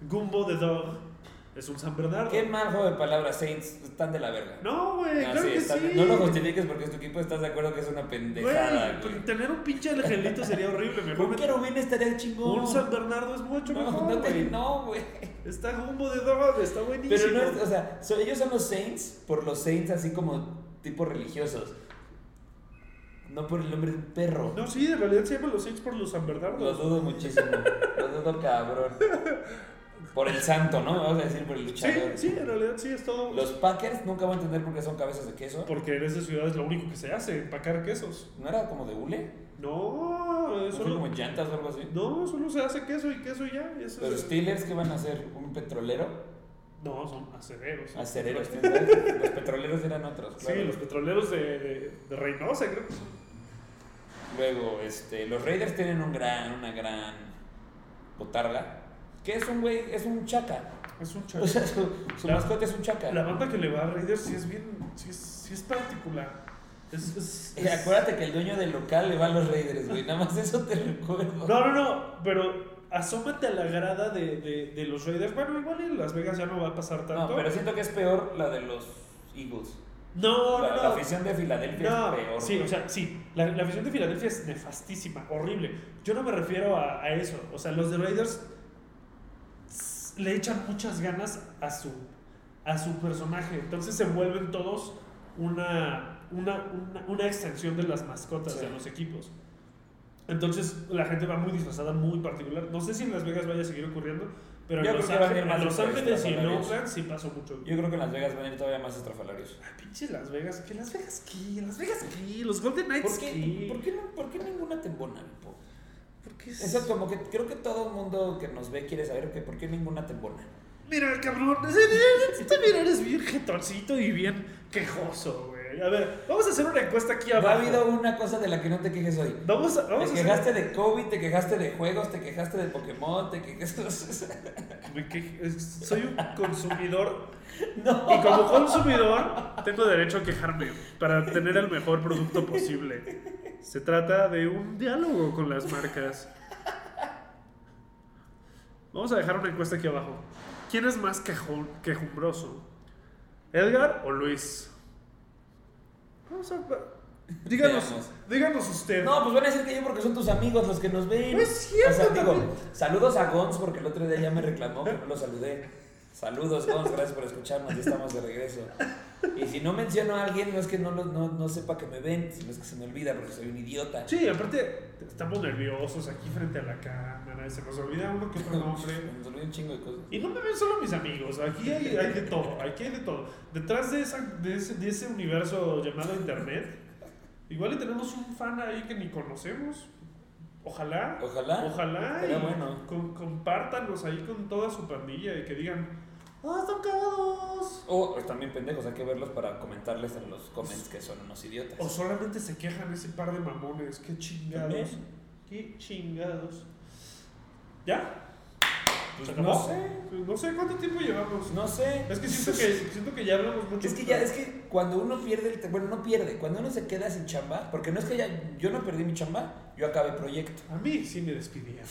Gumbo the Dog es un San Bernardo.
Qué mal juego de palabras, Saints. Están de la verga.
No, güey,
Ah,
claro
sí,
que
estás-
sí.
no lo justifiques porque es tu equipo, estás de acuerdo que es una pendejada.
Güey,
güey.
pero tener un pinche angelito sería horrible. Mejor
Un
me-
querubín estaría chingón.
un San Bernardo es mucho
no,
mejor.
no, te-
güey.
no, güey.
Está Gumbo the Dog, está buenísimo.
Pero no es, o sea, so- ellos son los saints por los saints así como tipo religiosos. No por el nombre de un perro.
No, sí, en realidad se llaman los Saints por los San
Lo
Bernardos.
dudo muchísimo. Lo dudo cabrón. Por el santo, ¿no? Vamos a decir por el
Sí,
luchador.
sí, en realidad sí, es todo.
Los Packers nunca voy a entender por qué son cabezas de queso.
Porque en esa ciudad es lo único que se hace, empacar quesos.
¿No era como de hule?
No,
¿No son
solo,
como llantas o algo así?
no, solo se hace queso y queso y ya. y eso
Los
es-
Steelers, ¿qué van a hacer? ¿Un petrolero?
No, son acereros.
Acereros. ¿tienes? Los petroleros eran otros,
Sí,
Ah, claro.
los petroleros de, de, de Reynosa, creo. que son.
Luego, este, los Raiders tienen un gran, una gran botarga. Que es un güey, es un chaca.
Es un chaval.
O sea, su, su
La-
mascota es un chaca.
La banda que le va a Raiders sí es bien, sí es, sí es particular. Es, es-
Eh,
es-
acuérdate que el dueño del local le va a los Raiders, güey. Nada más eso te recuerdo.
No, no, no, pero asómate a la grada de, de, de los Raiders. Bueno, igual en Las Vegas ya no va a pasar
No,
tanto.
pero siento que es peor la de los Eagles.
no,
la,
no, no.
la afición de Filadelfia
No,
es peor.
sí,
güey.
o sea, sí, la, la afición de Filadelfia es nefastísima, horrible. Yo no me refiero a, a eso, o sea, los de Raiders s- le echan muchas ganas a su, a su personaje, entonces se vuelven todos una, una, una, una extensión de las mascotas
Sí.
de los equipos. Entonces la gente va muy disfrazada, muy particular. No sé si en Las Vegas vaya a seguir ocurriendo, pero
Yo
en Los
creo que va a haber
Ángeles, a
más
Los Ángeles y en
extraordinarios.
Oakland sí pasó mucho.
Yo creo que en Las Vegas van a ir todavía más estrafalarios.
Ay, Ah, pinche Las Vegas, que Las Vegas qué, Las Vegas qué, los Golden Knights
¿Por qué,
qué.
por qué no- por qué ninguna tembona, Vipo?
¿Por qué es-
Es como que creo que todo el mundo que nos ve quiere saber que por qué ninguna tembona.
Mira, cabrón, [LAUGHS] tú también eres bien jetoncito y bien quejoso, güey. A ver, vamos a hacer una encuesta aquí
No ha
abajo.
habido una cosa de la que no te quejes hoy.
Vamos a, vamos
te
a hacer-
quejaste de COVID, te quejaste de juegos, te quejaste de Pokémon, te [LAUGHS] quejaste...
Me quej- es- Soy un consumidor
[LAUGHS] No.
y como consumidor tengo derecho a quejarme para tener el mejor producto posible. Se trata de un diálogo con las marcas. Vamos a dejar una encuesta aquí abajo. ¿Quién es más quejón- quejumbroso? ¿Edgar o Luis? Vamos a- díganos,
Veamos.
díganos usted.
No, pues van a decir que yo porque son tus amigos los que nos ven.
No es cierto,
O sea, digo,
también.
saludos a Gons porque el otro día ya me reclamó que no lo saludé. Saludos, Gons, gracias por escucharnos, ya estamos de regreso. Y si no menciono a alguien, no es que no, lo- no, no sepa que me ven, sino es que se me olvida porque soy un idiota.
Sí, aparte estamos nerviosos aquí frente a la cámara. Se nos olvida uno que otro nombre.
Nos olvidé un chingo de cosas.
Y no me ven solo mis amigos, aquí hay, hay de todo, aquí hay de todo. Detrás de, esa, de, ese, de ese universo llamado Internet, igual y tenemos un fan ahí que ni conocemos. Ojalá,
Ojalá.
ojalá,
Pero
y
bueno.
com- compártanos ahí con toda su pandilla y que digan, ¡Ah, están cagados!
O pues, también pendejos, hay que verlos para comentarles en los comments que son unos idiotas.
O solamente se quejan ese par de mamones, qué chingados,
También.
qué chingados. ¿Ya?
Pues
¿Se
no
acabó?
sé,
No sé cuánto tiempo llevamos.
no sé. Pues
Es
[LAUGHS]
que siento que, siento que ya hablamos mucho.
Es que ya, es que cuando uno pierde, el, tra- bueno, no pierde, cuando uno se queda sin chamba, porque no es que ya, yo no perdí mi chamba, yo acabé proyecto.
A mí sí me
[LAUGHS]
despidieron.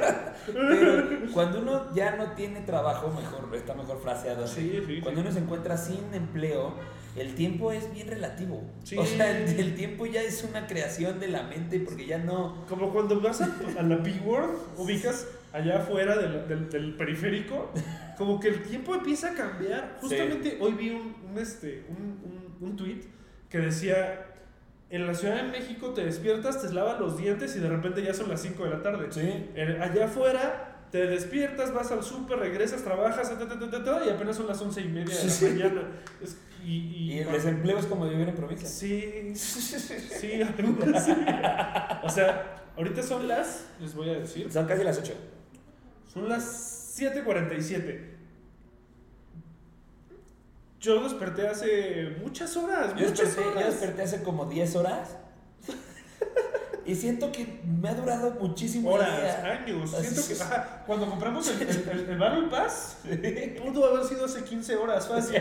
[LAUGHS]
Pero cuando uno ya no tiene trabajo, mejor, está mejor fraseado así.
Sí, sí, sí.
Cuando uno se encuentra sin empleo, el tiempo es bien relativo.
Sí.
O sea, el, el tiempo ya es una creación de la mente, porque ya no.
Como cuando vas a, a la Big World, ubicas allá afuera del, del- del periférico, como que el tiempo empieza a cambiar. Justamente hoy vi un, un, este, un, un, un tweet que decía: En la Ciudad de México te despiertas, te lavas los dientes y de repente ya son las 5 de la tarde.
Sí.
En- allá afuera te despiertas, vas al súper, regresas, trabajas, ta, ta, ta, ta, ta, y apenas son las 11 y media de la
Sí.
mañana. Es- y, y-
Y el desempleo es como vivir en provincia.
Sí, [LAUGHS] sí, algo así. [LAUGHS] O sea, ahorita son las, les voy a decir,
Son casi las 8.
son las 7:47. Yo desperté hace muchas horas,
Yo
muchas
desperté, yo
horas.
desperté hace como 10
[LAUGHS]
horas. y siento que me ha durado muchísimo el
Horas, Ah,
día.
años.
Así
Siento
es.
que ajá, cuando compramos el, el, el, el Battle Pass, pudo haber sido hace 15 horas, fácil.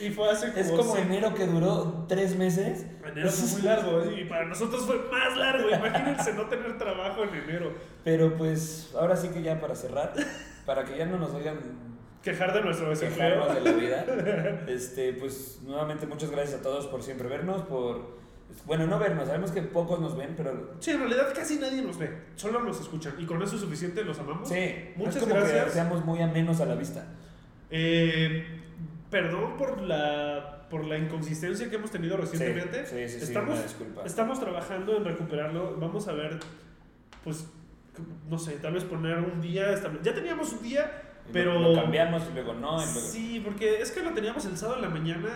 Y fue hace como.
Es como
cinco.
enero que duró tres meses.
Enero fue muy largo y para nosotros fue más largo. Imagínense no tener trabajo en enero.
Pero pues ahora sí que ya para cerrar, para que ya no nos oigan
Quejar de nuestro desempleo.
quejarnos de la
[LAUGHS]
vida, este, pues nuevamente muchas gracias a todos por siempre vernos, por... Bueno, no vernos, sabemos que pocos nos ven, pero...
Sí, en realidad casi nadie nos ve, solo nos escuchan. Y con eso es suficiente, los amamos.
Sí, no es
Muchas
como que
gracias.
seamos muy amenos a la vista.
Eh, perdón por la por la inconsistencia que hemos tenido recientemente,
sí, sí, sí,
estamos,
una disculpa.
estamos trabajando en recuperarlo. Vamos a ver, pues, no sé, tal vez poner un día. estable- Ya teníamos un día,
Y
pero.
Lo, lo cambiamos y luego no. y luego-
Sí, porque es que lo teníamos el sábado en la mañana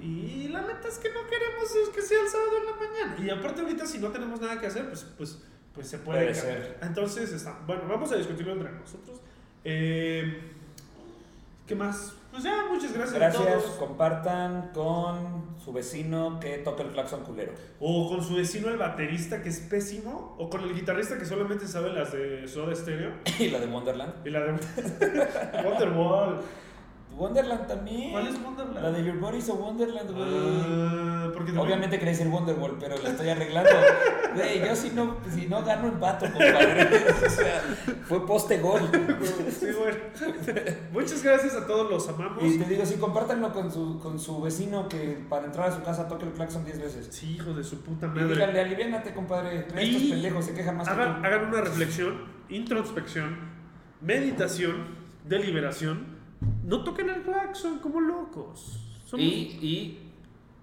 y la neta es que no queremos es que sea el sábado en la mañana. Y aparte ahorita si no tenemos nada que hacer, pues, pues, pues se puede,
Puede
cambiar.
ser.
Entonces, está, bueno, vamos a discutirlo entre nosotros. Eh, ¿Qué más? Pues ya, muchas gracias, a
Gracias,
todos.
compartan con su vecino que toca el claxon
[LAUGHS]
culero.
O con su vecino el baterista que es pésimo, o con el guitarrista que solamente sabe las de Soda Stereo
y la de Wonderland.
y la de [LAUGHS] Wonderwall.
Wonderland también.
¿Cuál es Wonderland?
La de Your Body's a Wonderland, güey.
Ah, porque también-
Obviamente quería decir Wonderwall, pero la estoy arreglando. Güey, yo si no, si no gano empato, compadre. [LAUGHS] O sea, fue poste gol.
[LAUGHS] Sí, bueno. Muchas gracias a todos, los amamos.
Y te digo, sí, compártanlo con su, con su vecino que para entrar a su casa toque el claxon 10 veces.
Sí, hijo de su puta
Y
madre.
díganle, aliviánate, compadre. Ve a Estos
Y-
pendejos se quejan más que
Hagan,
tú.
hagan una reflexión, introspección, meditación, deliberación. No toquen el claxon como locos. Somos-
Y, y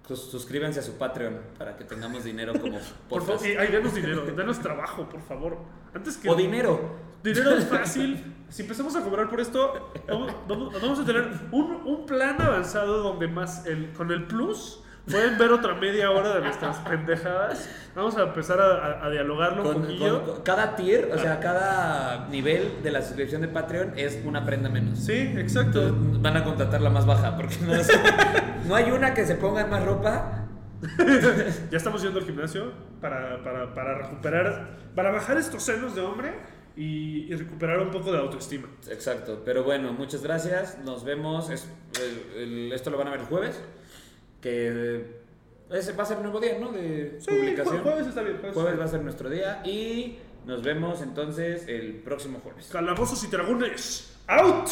pues, suscríbanse a su Patreon para que tengamos dinero como
por
podcast.
favor, y- ay, denos dinero, denos trabajo, por favor. Antes que
O dinero.
dinero es fácil. Si empezamos a cobrar por esto, vamos, vamos- vamos a tener un, un plan avanzado donde más el, con el plus pueden ver otra media hora de nuestras pendejadas. Vamos a empezar a, a- a dialogarlo un
Con-
poquillo.
con- con- cada tier, o sea, cada nivel de la suscripción de Patreon es una prenda menos.
Sí, exacto.
Entonces, van a contratar la más baja porque no, es- no hay una que se ponga en más ropa.
Ya estamos yendo al gimnasio para, para, para recuperar, para bajar estos senos de hombre y, y recuperar un poco de autoestima.
Exacto, pero bueno, muchas gracias. Nos vemos. Es- el- el- esto lo van a ver el jueves. Que ese va a ser el nuevo día, ¿no? De
Sí,
publicación.
jue- jueves está bien. Jueves.
Jueves va a ser nuestro día. Y nos vemos entonces el próximo jueves.
Calabozos y dragones. ¡Out!